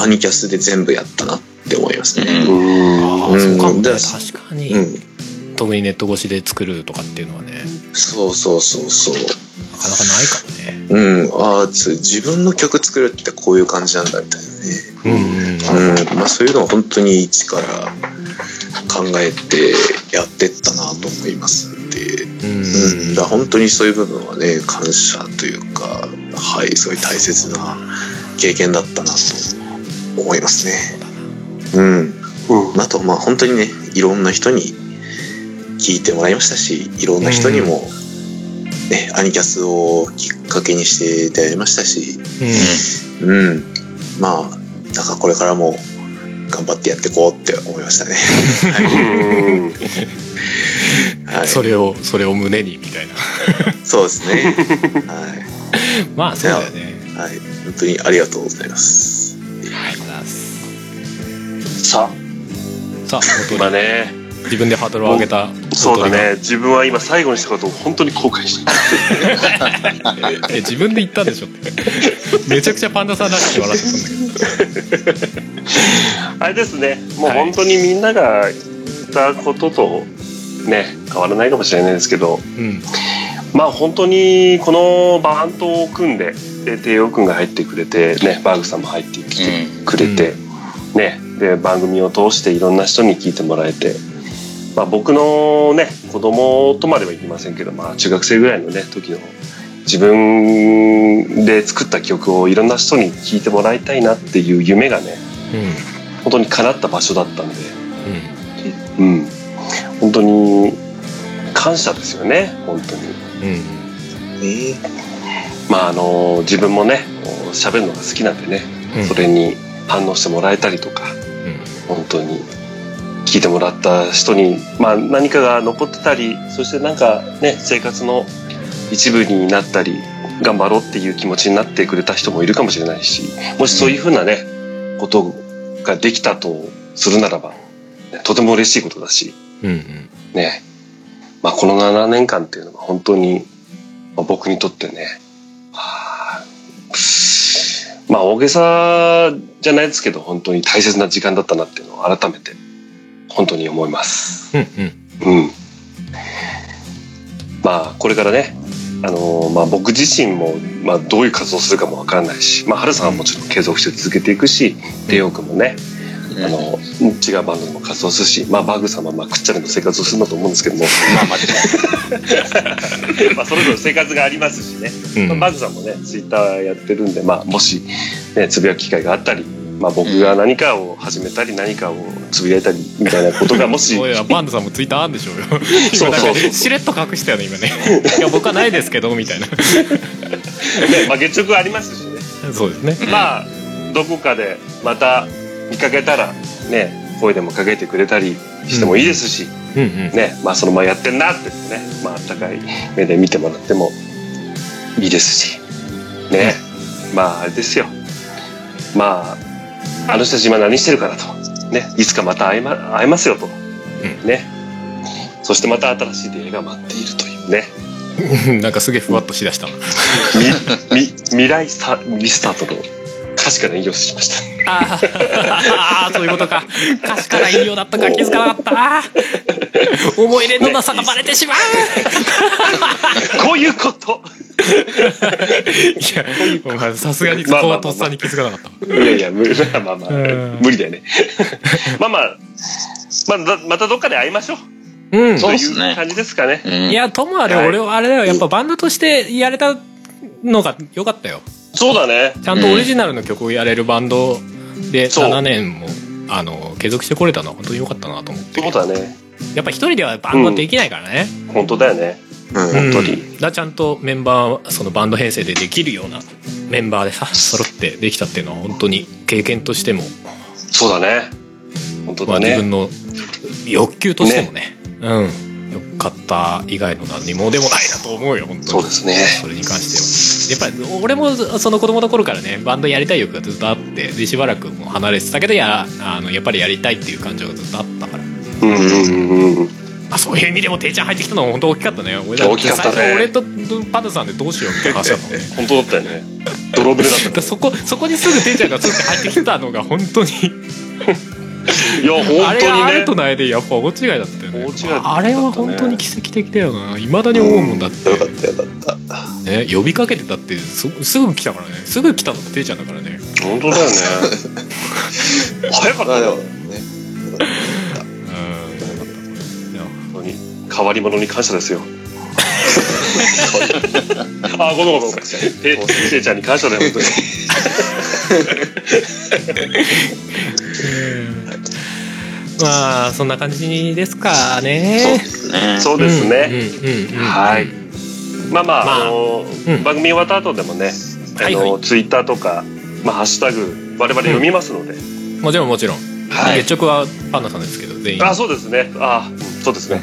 [SPEAKER 3] アニキャスで全部やったなって思いますね。
[SPEAKER 2] うん。
[SPEAKER 1] ああそうかも
[SPEAKER 3] うん
[SPEAKER 1] ね
[SPEAKER 3] だ
[SPEAKER 1] 確かに、
[SPEAKER 3] うん。
[SPEAKER 1] 特にネット越しで作るとかっていうのはね
[SPEAKER 3] そうそうそうそう。
[SPEAKER 1] なかなかないかもね
[SPEAKER 3] うん。ああ、つ自分の曲作るってこういう感じなんだみたいなね。
[SPEAKER 1] うん
[SPEAKER 3] うん、まあそういうのは本当に一から考えてやってったなと思いますんで、
[SPEAKER 1] うん
[SPEAKER 3] うん、だから本当にそういう部分はね感謝というかはいすごい大切な経験だったなと思いますね。うん、
[SPEAKER 2] うん。
[SPEAKER 3] あとまあ本当にねいろんな人に聞いてもらいましたしいろんな人にも、ね、アニキャスをきっかけにして出会いましたし。うん。まあ、なんかこれからも頑張ってやっていこうって思いましたね。
[SPEAKER 2] うん
[SPEAKER 3] はい。
[SPEAKER 1] それをそれを胸にみたいな
[SPEAKER 3] そうですね。は
[SPEAKER 1] まあそうだよね
[SPEAKER 3] い。はい。本当にありがとうございます。
[SPEAKER 1] はいます
[SPEAKER 4] さ
[SPEAKER 1] さあ本当
[SPEAKER 2] まあ
[SPEAKER 1] に
[SPEAKER 2] ね、
[SPEAKER 1] 自分でハードルを上げた
[SPEAKER 2] そうだね自分は今最後にしたことを本当に後悔してる
[SPEAKER 1] え自分で言ったんでしょってめちゃくちゃパンダさんらしくて笑ってたんだけど
[SPEAKER 2] あれですねもう
[SPEAKER 1] はい
[SPEAKER 2] 本当にみんなが言ったこととね変わらないかもしれないですけど
[SPEAKER 1] うん
[SPEAKER 2] まあ本当にこのバントを組んでで帝王君が入ってくれてねバーグさんも入ってきてくれて、ねで番組を通していろんな人に聞いてもらえて、まあ、僕のね子供とまではいきませんけど、まあ、中学生ぐらいのね時の自分で作った曲をいろんな人に聞いてもらいたいなっていう夢がね本当に叶った場所だったんで、
[SPEAKER 1] うん
[SPEAKER 2] うん、本当に感謝ですよね本当に。
[SPEAKER 1] うんうん
[SPEAKER 3] ね
[SPEAKER 2] まああの自分もねこう喋るのが好きなんでね、
[SPEAKER 1] うん
[SPEAKER 2] それに反応してもらえたりとか本当に聞いてもらった人に、まあ、何かが残ってたりそしてなんかね生活の一部になったり頑張ろうっていう気持ちになってくれた人もいるかもしれないしもしそういうふうなね、ことができたとするならばねとても嬉しいことだし
[SPEAKER 1] うんうん
[SPEAKER 2] ね、まあ、この7年間っていうのが本当に、まあ僕にとってね、はあまあ大げさじゃないですけど本当に大切な時間だったなっていうのを改めて本当に思います。
[SPEAKER 1] うんうん
[SPEAKER 2] うん。まあこれからね、あのーまあ僕自身も、まあどういう活動をするかもわからないし、まあ春さんはもちろん継続して続けていくし、レオ君もね、あの、違うバンドでも活動するし、まあ、バグ様、まあ、くっちゃりの生活をするんだと思うんですけども、
[SPEAKER 4] まあ、間違いない
[SPEAKER 2] まあ、それぞれ生活がありますし
[SPEAKER 1] う
[SPEAKER 2] ね、
[SPEAKER 1] ん
[SPEAKER 2] まあ、バグさんもね、ツイッターやってるんで、まあ、もし、ね、つぶやく機会があったり、まあ、僕が何かを始めたり、何かをつぶやいたり、みたいなことが、も し、
[SPEAKER 1] おいパンダさんもツイッターあんでしょうよ
[SPEAKER 2] そう
[SPEAKER 1] 今
[SPEAKER 2] そ
[SPEAKER 1] な
[SPEAKER 2] うん
[SPEAKER 1] かしれっと隠したよね今ねいや僕はないですけどみたいな
[SPEAKER 2] ね、まあ、月食ありますしね、
[SPEAKER 1] そうですね
[SPEAKER 2] まあ、どこかで、また見かけたら、ね、声でもかけてくれたりしてもいいですし、
[SPEAKER 1] うんうん
[SPEAKER 2] ね、まあそのままやってんなってね、まああったかい目で見てもらってもいいですし、ね、まああれですよ。まあ、あの人たち今何してるかなと。ね、いつかまた会えま会えますよと。
[SPEAKER 1] ん
[SPEAKER 2] ね。そしてまた新しい出会いが待っているというね。
[SPEAKER 1] うんなんかすげえふわっとしだした
[SPEAKER 2] み、み、未来スタリスタートの歌詞から引用しまし
[SPEAKER 1] ああそういうことか歌詞から引用だったか気づかなかった思い入れのなさがバレてしまう
[SPEAKER 2] た。 こういうこと
[SPEAKER 1] いやお前さすがにそこはとっさに気づかなかった
[SPEAKER 2] いやいや、無理、まあまあまあ
[SPEAKER 1] うん、
[SPEAKER 2] 無理だよね。 まあまあ、まあだ、またどっかで会いましょう。
[SPEAKER 1] うん
[SPEAKER 4] そう
[SPEAKER 2] と
[SPEAKER 4] っすね
[SPEAKER 2] いう感じですかね。
[SPEAKER 4] うん
[SPEAKER 1] いやともあれ
[SPEAKER 2] はい
[SPEAKER 1] 俺はあれだよやっぱバンドとしてやれたのが良かったよ
[SPEAKER 2] そうだね。
[SPEAKER 1] ちゃんとオリジナルの曲をやれるバンドで
[SPEAKER 2] そう
[SPEAKER 1] 7年もあの継続してこれたのは本当に良かったなと思って
[SPEAKER 2] そう
[SPEAKER 1] る
[SPEAKER 2] だね。
[SPEAKER 1] やっぱ一人ではバンドはできないからね、
[SPEAKER 2] 本当だよね。
[SPEAKER 3] うん
[SPEAKER 2] 本当に
[SPEAKER 1] うんだからちゃんとメンバーはそのバンド編成でできるようなメンバーでさ揃ってできたっていうのは本当に経験としても、
[SPEAKER 2] そうだね。本当
[SPEAKER 1] まあ、
[SPEAKER 2] だ
[SPEAKER 1] 自分
[SPEAKER 2] ね。
[SPEAKER 1] の欲求としてもねうんよかった以外の何もでもないなと思うよ本当に
[SPEAKER 2] そうですね
[SPEAKER 1] それに関してはやっぱり俺もその子供の頃からねバンドやりたい欲がずっとあってでしばらくもう離れてたけどやあのやっぱりやりたいっていう感情がずっとあったから
[SPEAKER 2] うんうんうん。
[SPEAKER 1] まあ、そういう意味でもていちゃん入ってきたのは本当大きかったね俺だ
[SPEAKER 2] 大きかったね
[SPEAKER 1] 最初俺とパンダさんでどうしようみたいな話だったもんね
[SPEAKER 2] 本当だったよね。泥船だっ
[SPEAKER 1] だからそこそこにすぐていちゃんがスッて入ってきたのが本当に
[SPEAKER 2] た。いや、
[SPEAKER 1] あ
[SPEAKER 2] 本
[SPEAKER 1] れがあれと
[SPEAKER 2] 当
[SPEAKER 1] ないでやっぱ大違いだったよね
[SPEAKER 2] 大違いだったね
[SPEAKER 1] あれは本当に奇跡的だよないまだに思うもんだって、
[SPEAKER 3] よかったよかった
[SPEAKER 1] ね、呼びかけてたってそすぐ来たからねすぐ来たのってていちゃんだからね
[SPEAKER 2] にね。本当だよね。早かっ
[SPEAKER 3] まあ
[SPEAKER 2] た
[SPEAKER 3] で
[SPEAKER 2] よ。
[SPEAKER 3] もね
[SPEAKER 1] うんいや
[SPEAKER 2] 本当に。変わり者に感謝です よ。あ、ごめんごめん。て、ていちゃんに感謝だよ、本当に。
[SPEAKER 1] まあそんな感じですか
[SPEAKER 4] そう
[SPEAKER 1] ね
[SPEAKER 4] ですね。
[SPEAKER 2] そうですね。
[SPEAKER 1] ね
[SPEAKER 2] はい。まあま
[SPEAKER 1] まあ
[SPEAKER 2] あ、あの
[SPEAKER 1] うん、
[SPEAKER 2] 番組終わった後でもね、あ
[SPEAKER 1] はいは
[SPEAKER 2] の、ツイッターとか、まあ、ハッシュタグ、我々読みますので。
[SPEAKER 1] もちろんもちろん、
[SPEAKER 4] はい
[SPEAKER 1] 月直はパンダさんですけど全員
[SPEAKER 2] あ、そうですね。あ、うんそうですね。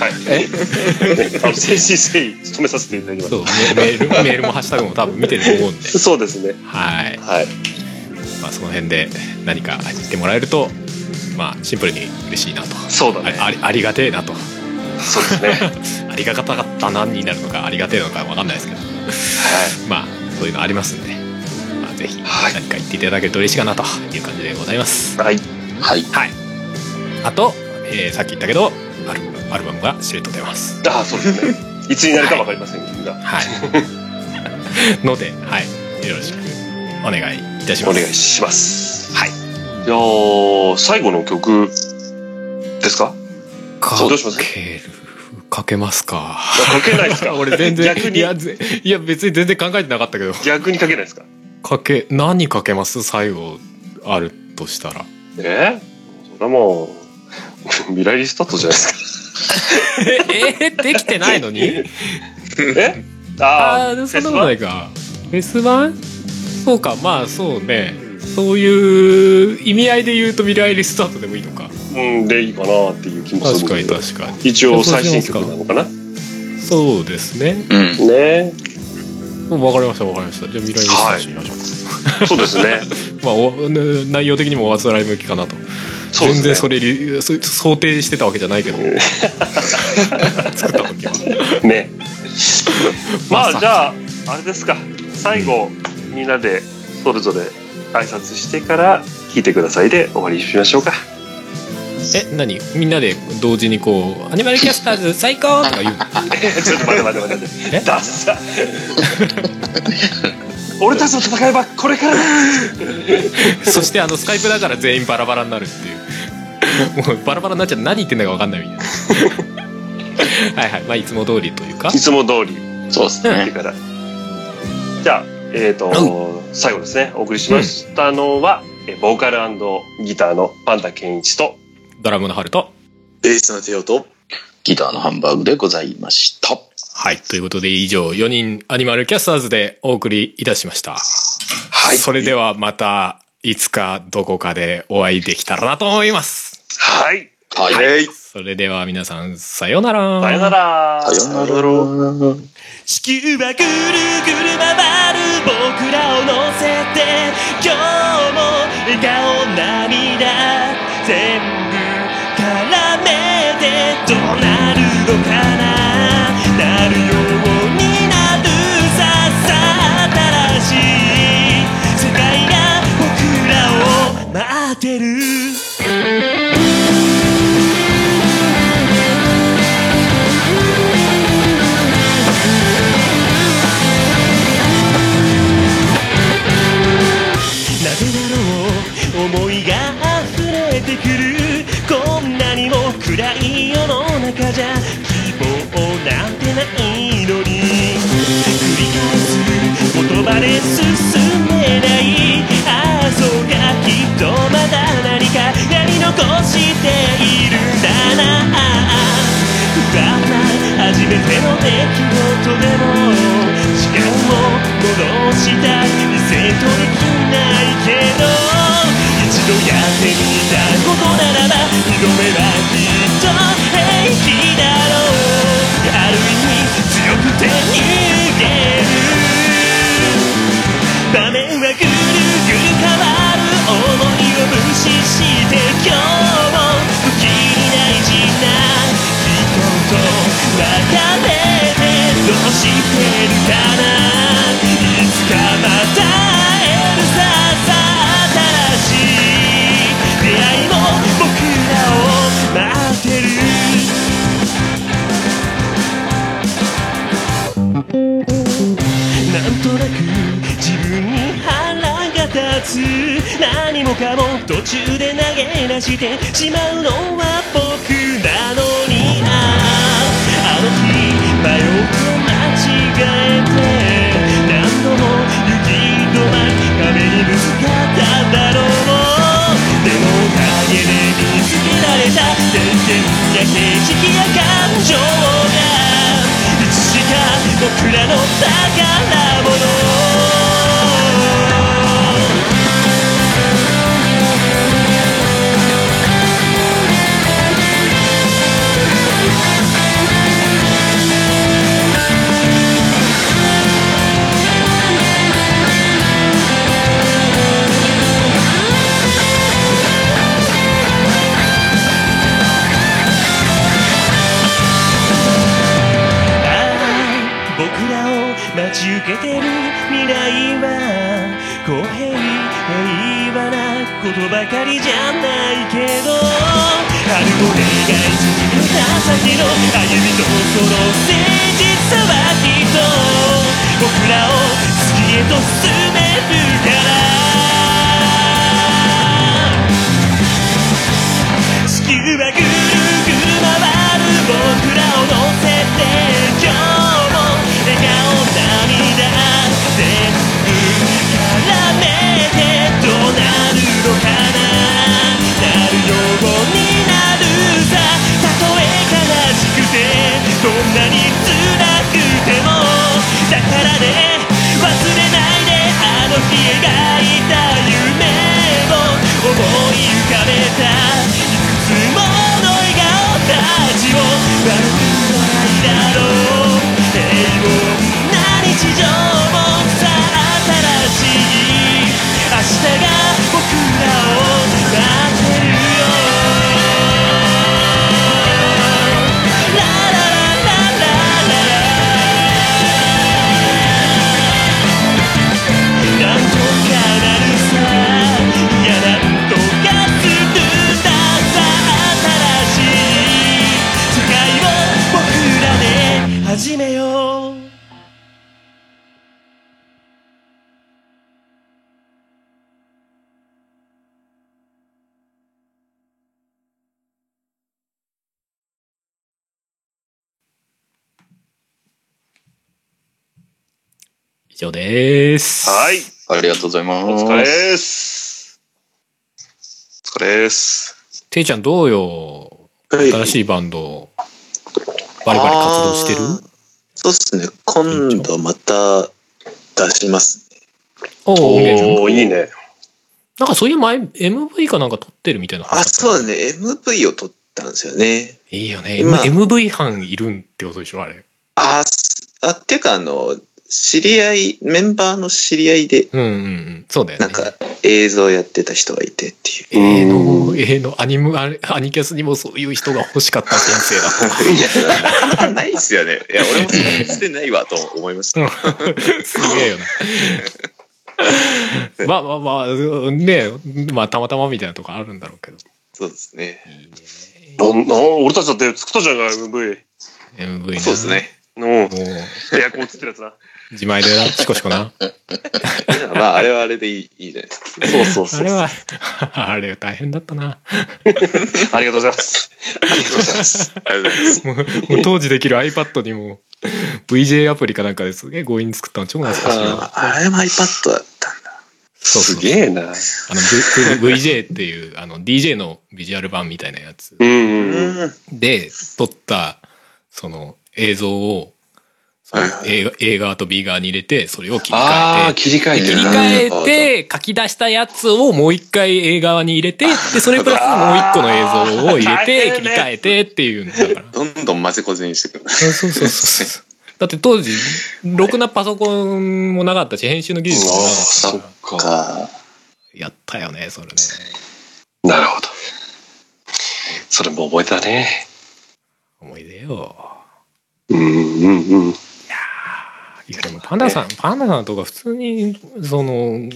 [SPEAKER 2] はい。
[SPEAKER 1] え
[SPEAKER 2] あの、誠心誠意、務めさせていただきま。
[SPEAKER 1] そうメールメールもハッシュタグも多分見てると思うんです
[SPEAKER 2] そうですね。
[SPEAKER 1] はい、
[SPEAKER 2] はい。
[SPEAKER 1] まあ、その辺で何か言ってもらえると、まあ、シンプルに嬉しいなと
[SPEAKER 2] そうだ
[SPEAKER 1] あ
[SPEAKER 2] ね。
[SPEAKER 1] ありありがてえなと
[SPEAKER 2] そうです ね。はい。
[SPEAKER 1] ありがたかったなになるのかありがてえのかわかんないですけどまあそういうのありますんで、まあ、ぜひ
[SPEAKER 2] はい
[SPEAKER 1] 何か言っていただけると嬉しいかなという感じでございます
[SPEAKER 2] はい。
[SPEAKER 4] はい。
[SPEAKER 1] はいあと、えーさっき言ったけどアルバムアルバムがしれっと出ます
[SPEAKER 2] ああ、そうですね。いつになるかわかりませんが、
[SPEAKER 1] はい ので、はい、よろしくお願いいたし
[SPEAKER 2] お
[SPEAKER 1] ます
[SPEAKER 2] 願いします。
[SPEAKER 1] はい
[SPEAKER 2] じゃあ、最後の曲ですか
[SPEAKER 1] か
[SPEAKER 2] そうどうします
[SPEAKER 1] けるかけますか
[SPEAKER 2] いやかけないです か
[SPEAKER 1] 俺全然
[SPEAKER 2] 逆に
[SPEAKER 1] いやぜいや別に全然考えてなかったけど
[SPEAKER 2] 逆にかけないですか
[SPEAKER 1] かけ何かけます最後あるとしたら
[SPEAKER 2] えそれはもう、未来リスタートじゃないです
[SPEAKER 1] えできてないのに
[SPEAKER 2] か。えあ
[SPEAKER 1] あ
[SPEAKER 2] あ、
[SPEAKER 1] あそんなこと
[SPEAKER 2] は
[SPEAKER 1] ないかフェス版そうかまあそうねそういう意味合いで言うと未来リスタートでもいいのか
[SPEAKER 2] うん、でいいかなっていう気もす
[SPEAKER 1] 確
[SPEAKER 2] るん
[SPEAKER 1] か
[SPEAKER 2] で
[SPEAKER 1] に確か
[SPEAKER 2] 一応最新曲なのかなね
[SPEAKER 1] にそうですね
[SPEAKER 4] うん。
[SPEAKER 1] もう分かりました分かりましたじゃあ未来リスタートにしましょう
[SPEAKER 2] そうですね。
[SPEAKER 1] まあおね内容的にもおあつらい向きかなと、
[SPEAKER 2] そう
[SPEAKER 1] 全
[SPEAKER 2] ですね。
[SPEAKER 1] 然それりそ想定してたわけじゃない けど作った時は
[SPEAKER 2] ね。
[SPEAKER 1] まさ
[SPEAKER 2] まあ
[SPEAKER 1] か
[SPEAKER 2] じゃああれですか最後みんなでそれぞれ挨拶してから聞いてくださいで終わりにしましょう か
[SPEAKER 1] え何みんなで同時にこう「アニマルキャスターズ最高!」とか言うの
[SPEAKER 2] ちょっと待って待って待って待っ
[SPEAKER 1] え
[SPEAKER 2] てダッサ俺たちの戦いはこれからだ
[SPEAKER 1] そしてあのスカイプだから全員バラバラになるっていうもうバラバラになっちゃって何言ってんだか分かんないみたい なはいはいまあいつも通りというか
[SPEAKER 2] いつも通り
[SPEAKER 4] そうです
[SPEAKER 2] やって
[SPEAKER 4] ね。
[SPEAKER 2] からじゃあえっ、と、最後ですねお送りしましたのは、えボーカルギターのパンダケンイチと
[SPEAKER 1] ドラムの春と
[SPEAKER 3] ベースの手をと
[SPEAKER 4] ギターのハンバーグでございました。
[SPEAKER 1] はいということで以上4人アニマルキャスターズでお送りいたしました
[SPEAKER 2] はい
[SPEAKER 1] それではまたいつかどこかでお会いできたらなと思います
[SPEAKER 2] はい
[SPEAKER 4] はい。
[SPEAKER 3] はい
[SPEAKER 1] それでは皆さんさようなら
[SPEAKER 2] さよなら
[SPEAKER 4] さよなら。
[SPEAKER 5] 地球はぐるぐる回る僕らを乗せて今日も笑顔涙全部絡めてどうなるのかななるようになるささあ新しい世界が僕らを待ってるなぜだろう思いが溢れてくるこんなにも暗い世の中じゃ希望なんてないのに繰り返す言葉で進めないああそうかきっとまだ何かやり残しているんだな不安な初めての出来事でも時間を戻したい見せとできないけど一度やってみたことならば二度目はきっと平気だろうある意味強くて逃げる場面はぐるぐる変わる思いを無視して今日も不気味な意地な人と別れてどうしてるかないつかまた会えるささあ新しい出会いも僕らを待ってるなんとなく自分に腹が立つ何もかも途中で投げ出してしまうのは僕なのにあああの日迷う間違えて何度も行き止まり壁にぶつかったんだろうでもおかげで見つけられた経験や景色や感情がいつしか僕らの宝物「ことばかりじゃないけど春を願い続けた先の歩みとその誠実さはきっと僕らを月へと進めるから地球はぐるぐる回る僕らを乗せて今日も笑顔涙全部絡めてどうなるのかななるようになるさたとえ悲しくてどんなに辛くてもだからね忘れないであの日描いた夢を思い浮かべたいくつもの笑顔たちを悪くないだろう平凡な日常もさ新しい明日が僕らを待ってるよラララララララなんとかなるさいやなんとかするんださ新しい世界を僕らで始めよう
[SPEAKER 1] 以上です。
[SPEAKER 2] はい。
[SPEAKER 4] ありがとうございます。
[SPEAKER 2] お疲れです。お疲れです。
[SPEAKER 1] ていちゃんどうよ
[SPEAKER 3] はい
[SPEAKER 1] 新しいバンド、バリバリ活動してる
[SPEAKER 3] あーそうっすね。今度また出します。
[SPEAKER 1] おお
[SPEAKER 2] おおいいね。
[SPEAKER 1] なんかそういう前、MV かなんか撮ってるみたいな話だ
[SPEAKER 3] あ、
[SPEAKER 1] った
[SPEAKER 3] そうだね。MV を撮ったんですよね。
[SPEAKER 1] いいよね。
[SPEAKER 3] 今
[SPEAKER 1] M- MV 班いるんってことでしょあれ。
[SPEAKER 3] あ、すあっていうか、あの、知り合い、メンバーの知り合いで、
[SPEAKER 1] うんうんうん。そうだよね。
[SPEAKER 3] なんか映像やってた人がいてっていう。
[SPEAKER 1] A の、A のアニム、アニアニキャスにもそういう人が欲しかった人生だ。
[SPEAKER 3] いや、ないっすよね。いや、俺もそれしてないわと思いました。
[SPEAKER 1] すげえ よな。まあまあまあ、うんねえ、まあたまたまみたいなとこあるんだろうけど。
[SPEAKER 3] そうですね。
[SPEAKER 2] なんなん俺たちだって作ったじゃんか、MV。
[SPEAKER 1] MV な
[SPEAKER 3] そうです。ね。
[SPEAKER 2] うん。
[SPEAKER 1] もう、
[SPEAKER 2] エアコン映ってるやつな。
[SPEAKER 1] 自前でな、シコシコ な。
[SPEAKER 3] まあ、あれはあれでいいいいじゃないですか。そうそう
[SPEAKER 1] あれは、あれ大変だったな。
[SPEAKER 2] ありがとうございます。
[SPEAKER 3] ありがとうございます。ありがとうございます。
[SPEAKER 1] もうもう当時できる iPad にも、VJ アプリかなんかですげえ強引に作ったの超懐かしいわ。
[SPEAKER 3] あーあれも iPad だったんだ。
[SPEAKER 1] そうそう
[SPEAKER 2] すげえな。
[SPEAKER 1] あの、v、VJ っていう、あの、DJ のビジュアル版みたいなやつ
[SPEAKER 2] うんうん。
[SPEAKER 3] うん。
[SPEAKER 1] で撮った、その、映像を、その
[SPEAKER 3] はいはい
[SPEAKER 1] A, が A 側と B 側に入れて、それを切り
[SPEAKER 2] あ
[SPEAKER 1] 替
[SPEAKER 2] あ、
[SPEAKER 1] えて、
[SPEAKER 2] 切り替えて
[SPEAKER 1] 切
[SPEAKER 2] る
[SPEAKER 1] り
[SPEAKER 2] な。
[SPEAKER 1] 替えて、書き出したやつをもう一回 A 側に入れて、で、それプラスもう一個の映像を入れて、
[SPEAKER 2] あー
[SPEAKER 1] 切り替えてっていうのだから。
[SPEAKER 3] どんどん混ぜこぜにしてくる。
[SPEAKER 1] そうそうそうそう。 だって当時、ろくなパソコンもなかったし、編集の技術もなかった
[SPEAKER 2] そ
[SPEAKER 1] か
[SPEAKER 2] っ
[SPEAKER 1] ら、
[SPEAKER 2] か。
[SPEAKER 3] か。
[SPEAKER 1] やったよね、それね。
[SPEAKER 2] なるほど。それも覚えたね。
[SPEAKER 1] 思い出よ。
[SPEAKER 2] うんうんうん。
[SPEAKER 1] いやでもパンダさん、パンダさんとか普通に、その、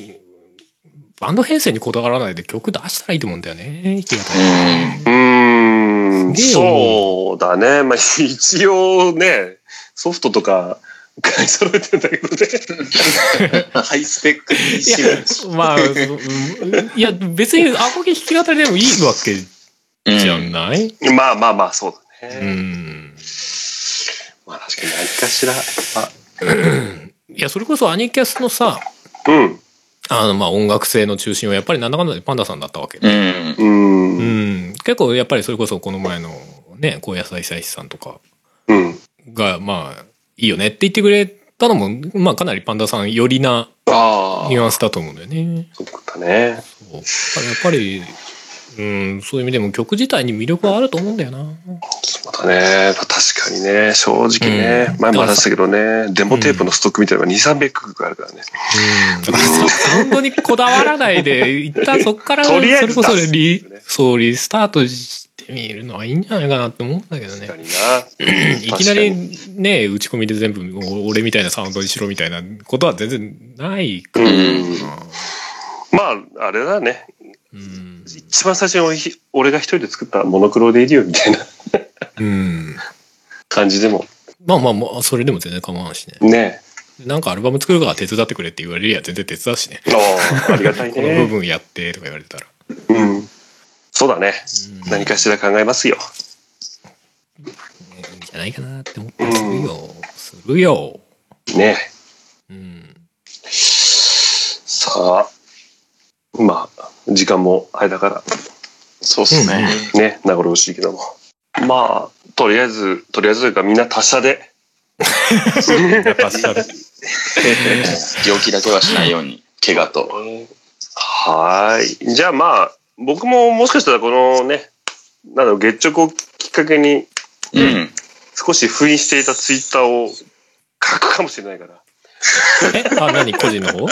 [SPEAKER 1] バンド編成にこだわらないで曲出したらいいと思うんだよね、弾き語
[SPEAKER 4] うん。
[SPEAKER 2] うーん、
[SPEAKER 1] すげえ
[SPEAKER 2] そうだね。まあ、一応ね、ソフトとか買い揃えてんだけどね。
[SPEAKER 3] ハイスペック PC だし。
[SPEAKER 1] り。 まあ、そうんいや別にアコギ弾き語りでもいいわけじゃない、
[SPEAKER 2] まあまあまあ、そうだ
[SPEAKER 1] う
[SPEAKER 2] ね。
[SPEAKER 1] ん、
[SPEAKER 2] まあ確かに何かしら。
[SPEAKER 1] いや、それこそアニキャスのさ、
[SPEAKER 2] うん。
[SPEAKER 1] あの、まあ音楽性の中心はやっぱりなんだかんだでパンダさんだったわけ。
[SPEAKER 4] うん。
[SPEAKER 2] う
[SPEAKER 1] う
[SPEAKER 2] ん。うん。
[SPEAKER 1] ん、結構やっぱりそれこそこの前のね、高野菜菜師さんとかが、まあ、いいよねって言ってくれたのも、まあかなりパンダさん寄りな
[SPEAKER 2] あ
[SPEAKER 1] ニュアンスだと思うんだよね。
[SPEAKER 2] そうだね。
[SPEAKER 1] そうだからやっぱり、うん、そういう意味でも曲自体に魅力はあると思うんだよな。
[SPEAKER 2] そうだね。まあ確かにね、正直ね。
[SPEAKER 1] うん
[SPEAKER 2] 前も話したけどね、デモテープのストックみたいなのが2、300曲あるからね。
[SPEAKER 1] うん、だからサウンドにこだわらないで、一旦そこから、そ
[SPEAKER 2] とりあえ
[SPEAKER 1] れ
[SPEAKER 2] ず
[SPEAKER 1] こそ
[SPEAKER 2] 出
[SPEAKER 1] リ
[SPEAKER 2] すんだよね、
[SPEAKER 1] そう、リスタートしてみるのはいいんじゃないかなって思うんだけど
[SPEAKER 2] 確
[SPEAKER 1] ね
[SPEAKER 2] か。にな。
[SPEAKER 1] いきなりね、打ち込みで全部お俺みたいなサウンドにしろみたいなことは全然ないか
[SPEAKER 2] 確かに。うん
[SPEAKER 1] ら。
[SPEAKER 2] まあ、あれだね。
[SPEAKER 1] うん。
[SPEAKER 2] 一番最初に俺ひ俺が一人で作ったモノクロでいいよみたいな
[SPEAKER 1] うん。
[SPEAKER 2] 感じでも、
[SPEAKER 1] まあまあまあ、それでも全然構わんしね。
[SPEAKER 2] ね
[SPEAKER 1] なんかアルバム作るから手伝ってくれって言われるや全然手伝うしね。
[SPEAKER 2] え。ああ、ありがた い
[SPEAKER 1] この部
[SPEAKER 2] ね。
[SPEAKER 1] 分やってとか言われたら。
[SPEAKER 2] うん。そうだね。
[SPEAKER 1] うん
[SPEAKER 2] 何かしら考えますよ。
[SPEAKER 1] いいんじゃないかなって思ったりするよ。するよ。
[SPEAKER 2] ね
[SPEAKER 1] う
[SPEAKER 2] え。
[SPEAKER 1] ん。
[SPEAKER 2] さあ、まあ、時間もあれだか
[SPEAKER 4] そうっすね。
[SPEAKER 2] ら、ね、名残惜しいけども。まあ、とりあえず、とりあえずというか、みんな他社で、
[SPEAKER 1] やっぱさ、
[SPEAKER 4] 病気だけはしないように、怪我と。
[SPEAKER 2] はーい。じゃあまあ、僕ももしかしたらこのね、なんだろう、月直をきっかけに
[SPEAKER 4] うん。
[SPEAKER 2] 少し封印していたツイッターを書くかもしれないから。
[SPEAKER 1] えあ、何個人の方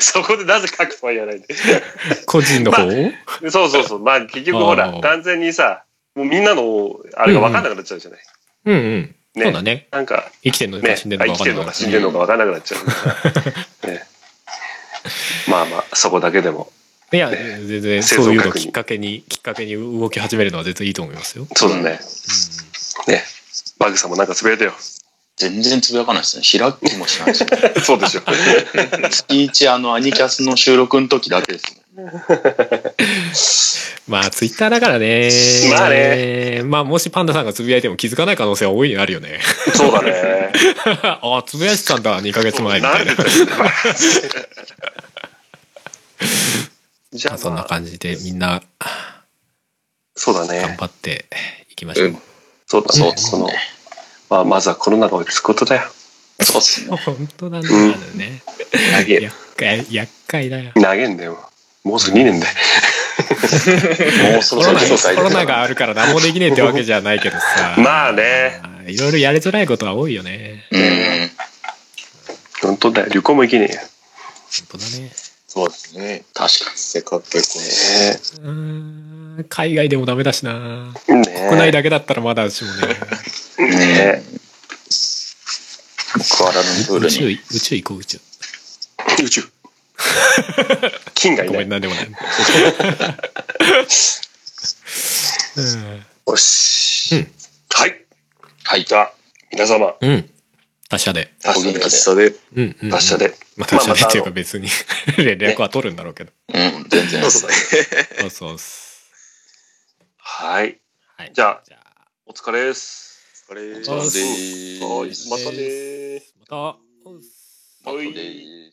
[SPEAKER 2] そこでなぜ書くとは言わないで。
[SPEAKER 1] 個人の方、
[SPEAKER 2] でそうそうそう。まあ結局ほ
[SPEAKER 1] あ
[SPEAKER 2] ら
[SPEAKER 1] ー、
[SPEAKER 2] 完全にさ、もうみんなのあれが分かんなくなっちゃうじゃない。
[SPEAKER 1] うんうん。そうだね。
[SPEAKER 2] なんか、
[SPEAKER 1] 生きてんの
[SPEAKER 2] ね、
[SPEAKER 1] か死んでんのか
[SPEAKER 2] 生
[SPEAKER 1] 分
[SPEAKER 2] き
[SPEAKER 1] か
[SPEAKER 2] て
[SPEAKER 1] んな
[SPEAKER 2] るの
[SPEAKER 1] い
[SPEAKER 2] か
[SPEAKER 1] か
[SPEAKER 2] 死んでるのか分かんなくなっちゃうから。ねまあまあ、そこだけでも。
[SPEAKER 1] いや、全然
[SPEAKER 2] 製造
[SPEAKER 1] そういうの
[SPEAKER 2] 確認
[SPEAKER 1] きっかけに、きっかけに動き始めるのは全然いいと思いますよ。
[SPEAKER 2] そうだね。ね。バグさんもなんかつぶやいたよ。
[SPEAKER 4] 全然つぶやかないですね。開きもしないですね。
[SPEAKER 2] そうでしょ。
[SPEAKER 4] 月一、あの、アニキャスの収録の時だけですもん。
[SPEAKER 1] まあ、ツイッターだからね。
[SPEAKER 2] まあ
[SPEAKER 1] ね。まあ、もしパンダさんがつぶやいても気づかない可能性は大いにあるよね。
[SPEAKER 2] そうだね。
[SPEAKER 1] あ、つぶやいてたんだ、2ヶ月前みたいな。
[SPEAKER 2] じゃあ、
[SPEAKER 1] そんな感じでみんな
[SPEAKER 2] そうだ
[SPEAKER 1] 頑
[SPEAKER 2] ね。
[SPEAKER 1] 張っていきましょう。
[SPEAKER 2] そうだ
[SPEAKER 4] そう
[SPEAKER 2] ね
[SPEAKER 4] っ。す
[SPEAKER 2] この
[SPEAKER 4] ね。
[SPEAKER 2] まあ、まずはコロナが落ち着くことだよ。
[SPEAKER 4] そうっすね。
[SPEAKER 1] 本当なんだよね。
[SPEAKER 2] 投げる。
[SPEAKER 1] 厄介、厄介だよ。
[SPEAKER 2] 投げんだよ。もうすぐ2年だよ。。
[SPEAKER 4] もうそ
[SPEAKER 1] コ
[SPEAKER 4] ろ
[SPEAKER 1] ロ
[SPEAKER 4] そ
[SPEAKER 1] ナ
[SPEAKER 4] ろ世界
[SPEAKER 1] コロナ
[SPEAKER 4] が。
[SPEAKER 1] があるから何もできねえってわけじゃないけどさ
[SPEAKER 2] まあね。
[SPEAKER 1] いろいろやりづらいことは多いよね。
[SPEAKER 4] うん。
[SPEAKER 2] 本当だよ。旅行も行けねえよ。
[SPEAKER 1] 本当だね。
[SPEAKER 3] そうですね。
[SPEAKER 4] 確か
[SPEAKER 3] せっかく結
[SPEAKER 1] うーん海外でもダメだしな。
[SPEAKER 2] ねえ。
[SPEAKER 1] 国内だけだったらまだしもね。
[SPEAKER 4] に。ね
[SPEAKER 2] ね
[SPEAKER 4] え。クアラルンプー
[SPEAKER 1] 宇
[SPEAKER 4] ル
[SPEAKER 1] 宙、
[SPEAKER 4] に。
[SPEAKER 1] 宇宙行こう、宇宙。
[SPEAKER 2] え。宇宙。金がい
[SPEAKER 1] ご
[SPEAKER 2] な
[SPEAKER 1] めん、
[SPEAKER 2] い。
[SPEAKER 1] なんでもない。
[SPEAKER 2] よし。
[SPEAKER 1] うん
[SPEAKER 2] はい。
[SPEAKER 4] はい。
[SPEAKER 2] じゃあ、皆様、
[SPEAKER 1] うん。うん。他社で。
[SPEAKER 4] お元
[SPEAKER 3] 構
[SPEAKER 4] 気
[SPEAKER 3] ね、
[SPEAKER 4] で
[SPEAKER 3] 発射で。
[SPEAKER 1] うんうん、うん。
[SPEAKER 2] 達者。で。
[SPEAKER 1] まあ、他社でっていう
[SPEAKER 2] まあまたあ
[SPEAKER 1] か
[SPEAKER 2] の
[SPEAKER 1] 別に 連絡は取るんだろうけど。
[SPEAKER 4] うん、全然。
[SPEAKER 3] そうですね。
[SPEAKER 1] そうそうっす。
[SPEAKER 2] はい。
[SPEAKER 1] はい。
[SPEAKER 2] じゃあ
[SPEAKER 1] じゃあ
[SPEAKER 2] お疲れです。
[SPEAKER 3] あれ
[SPEAKER 1] そう
[SPEAKER 2] ですはい。またねー。
[SPEAKER 1] また。
[SPEAKER 4] またでーす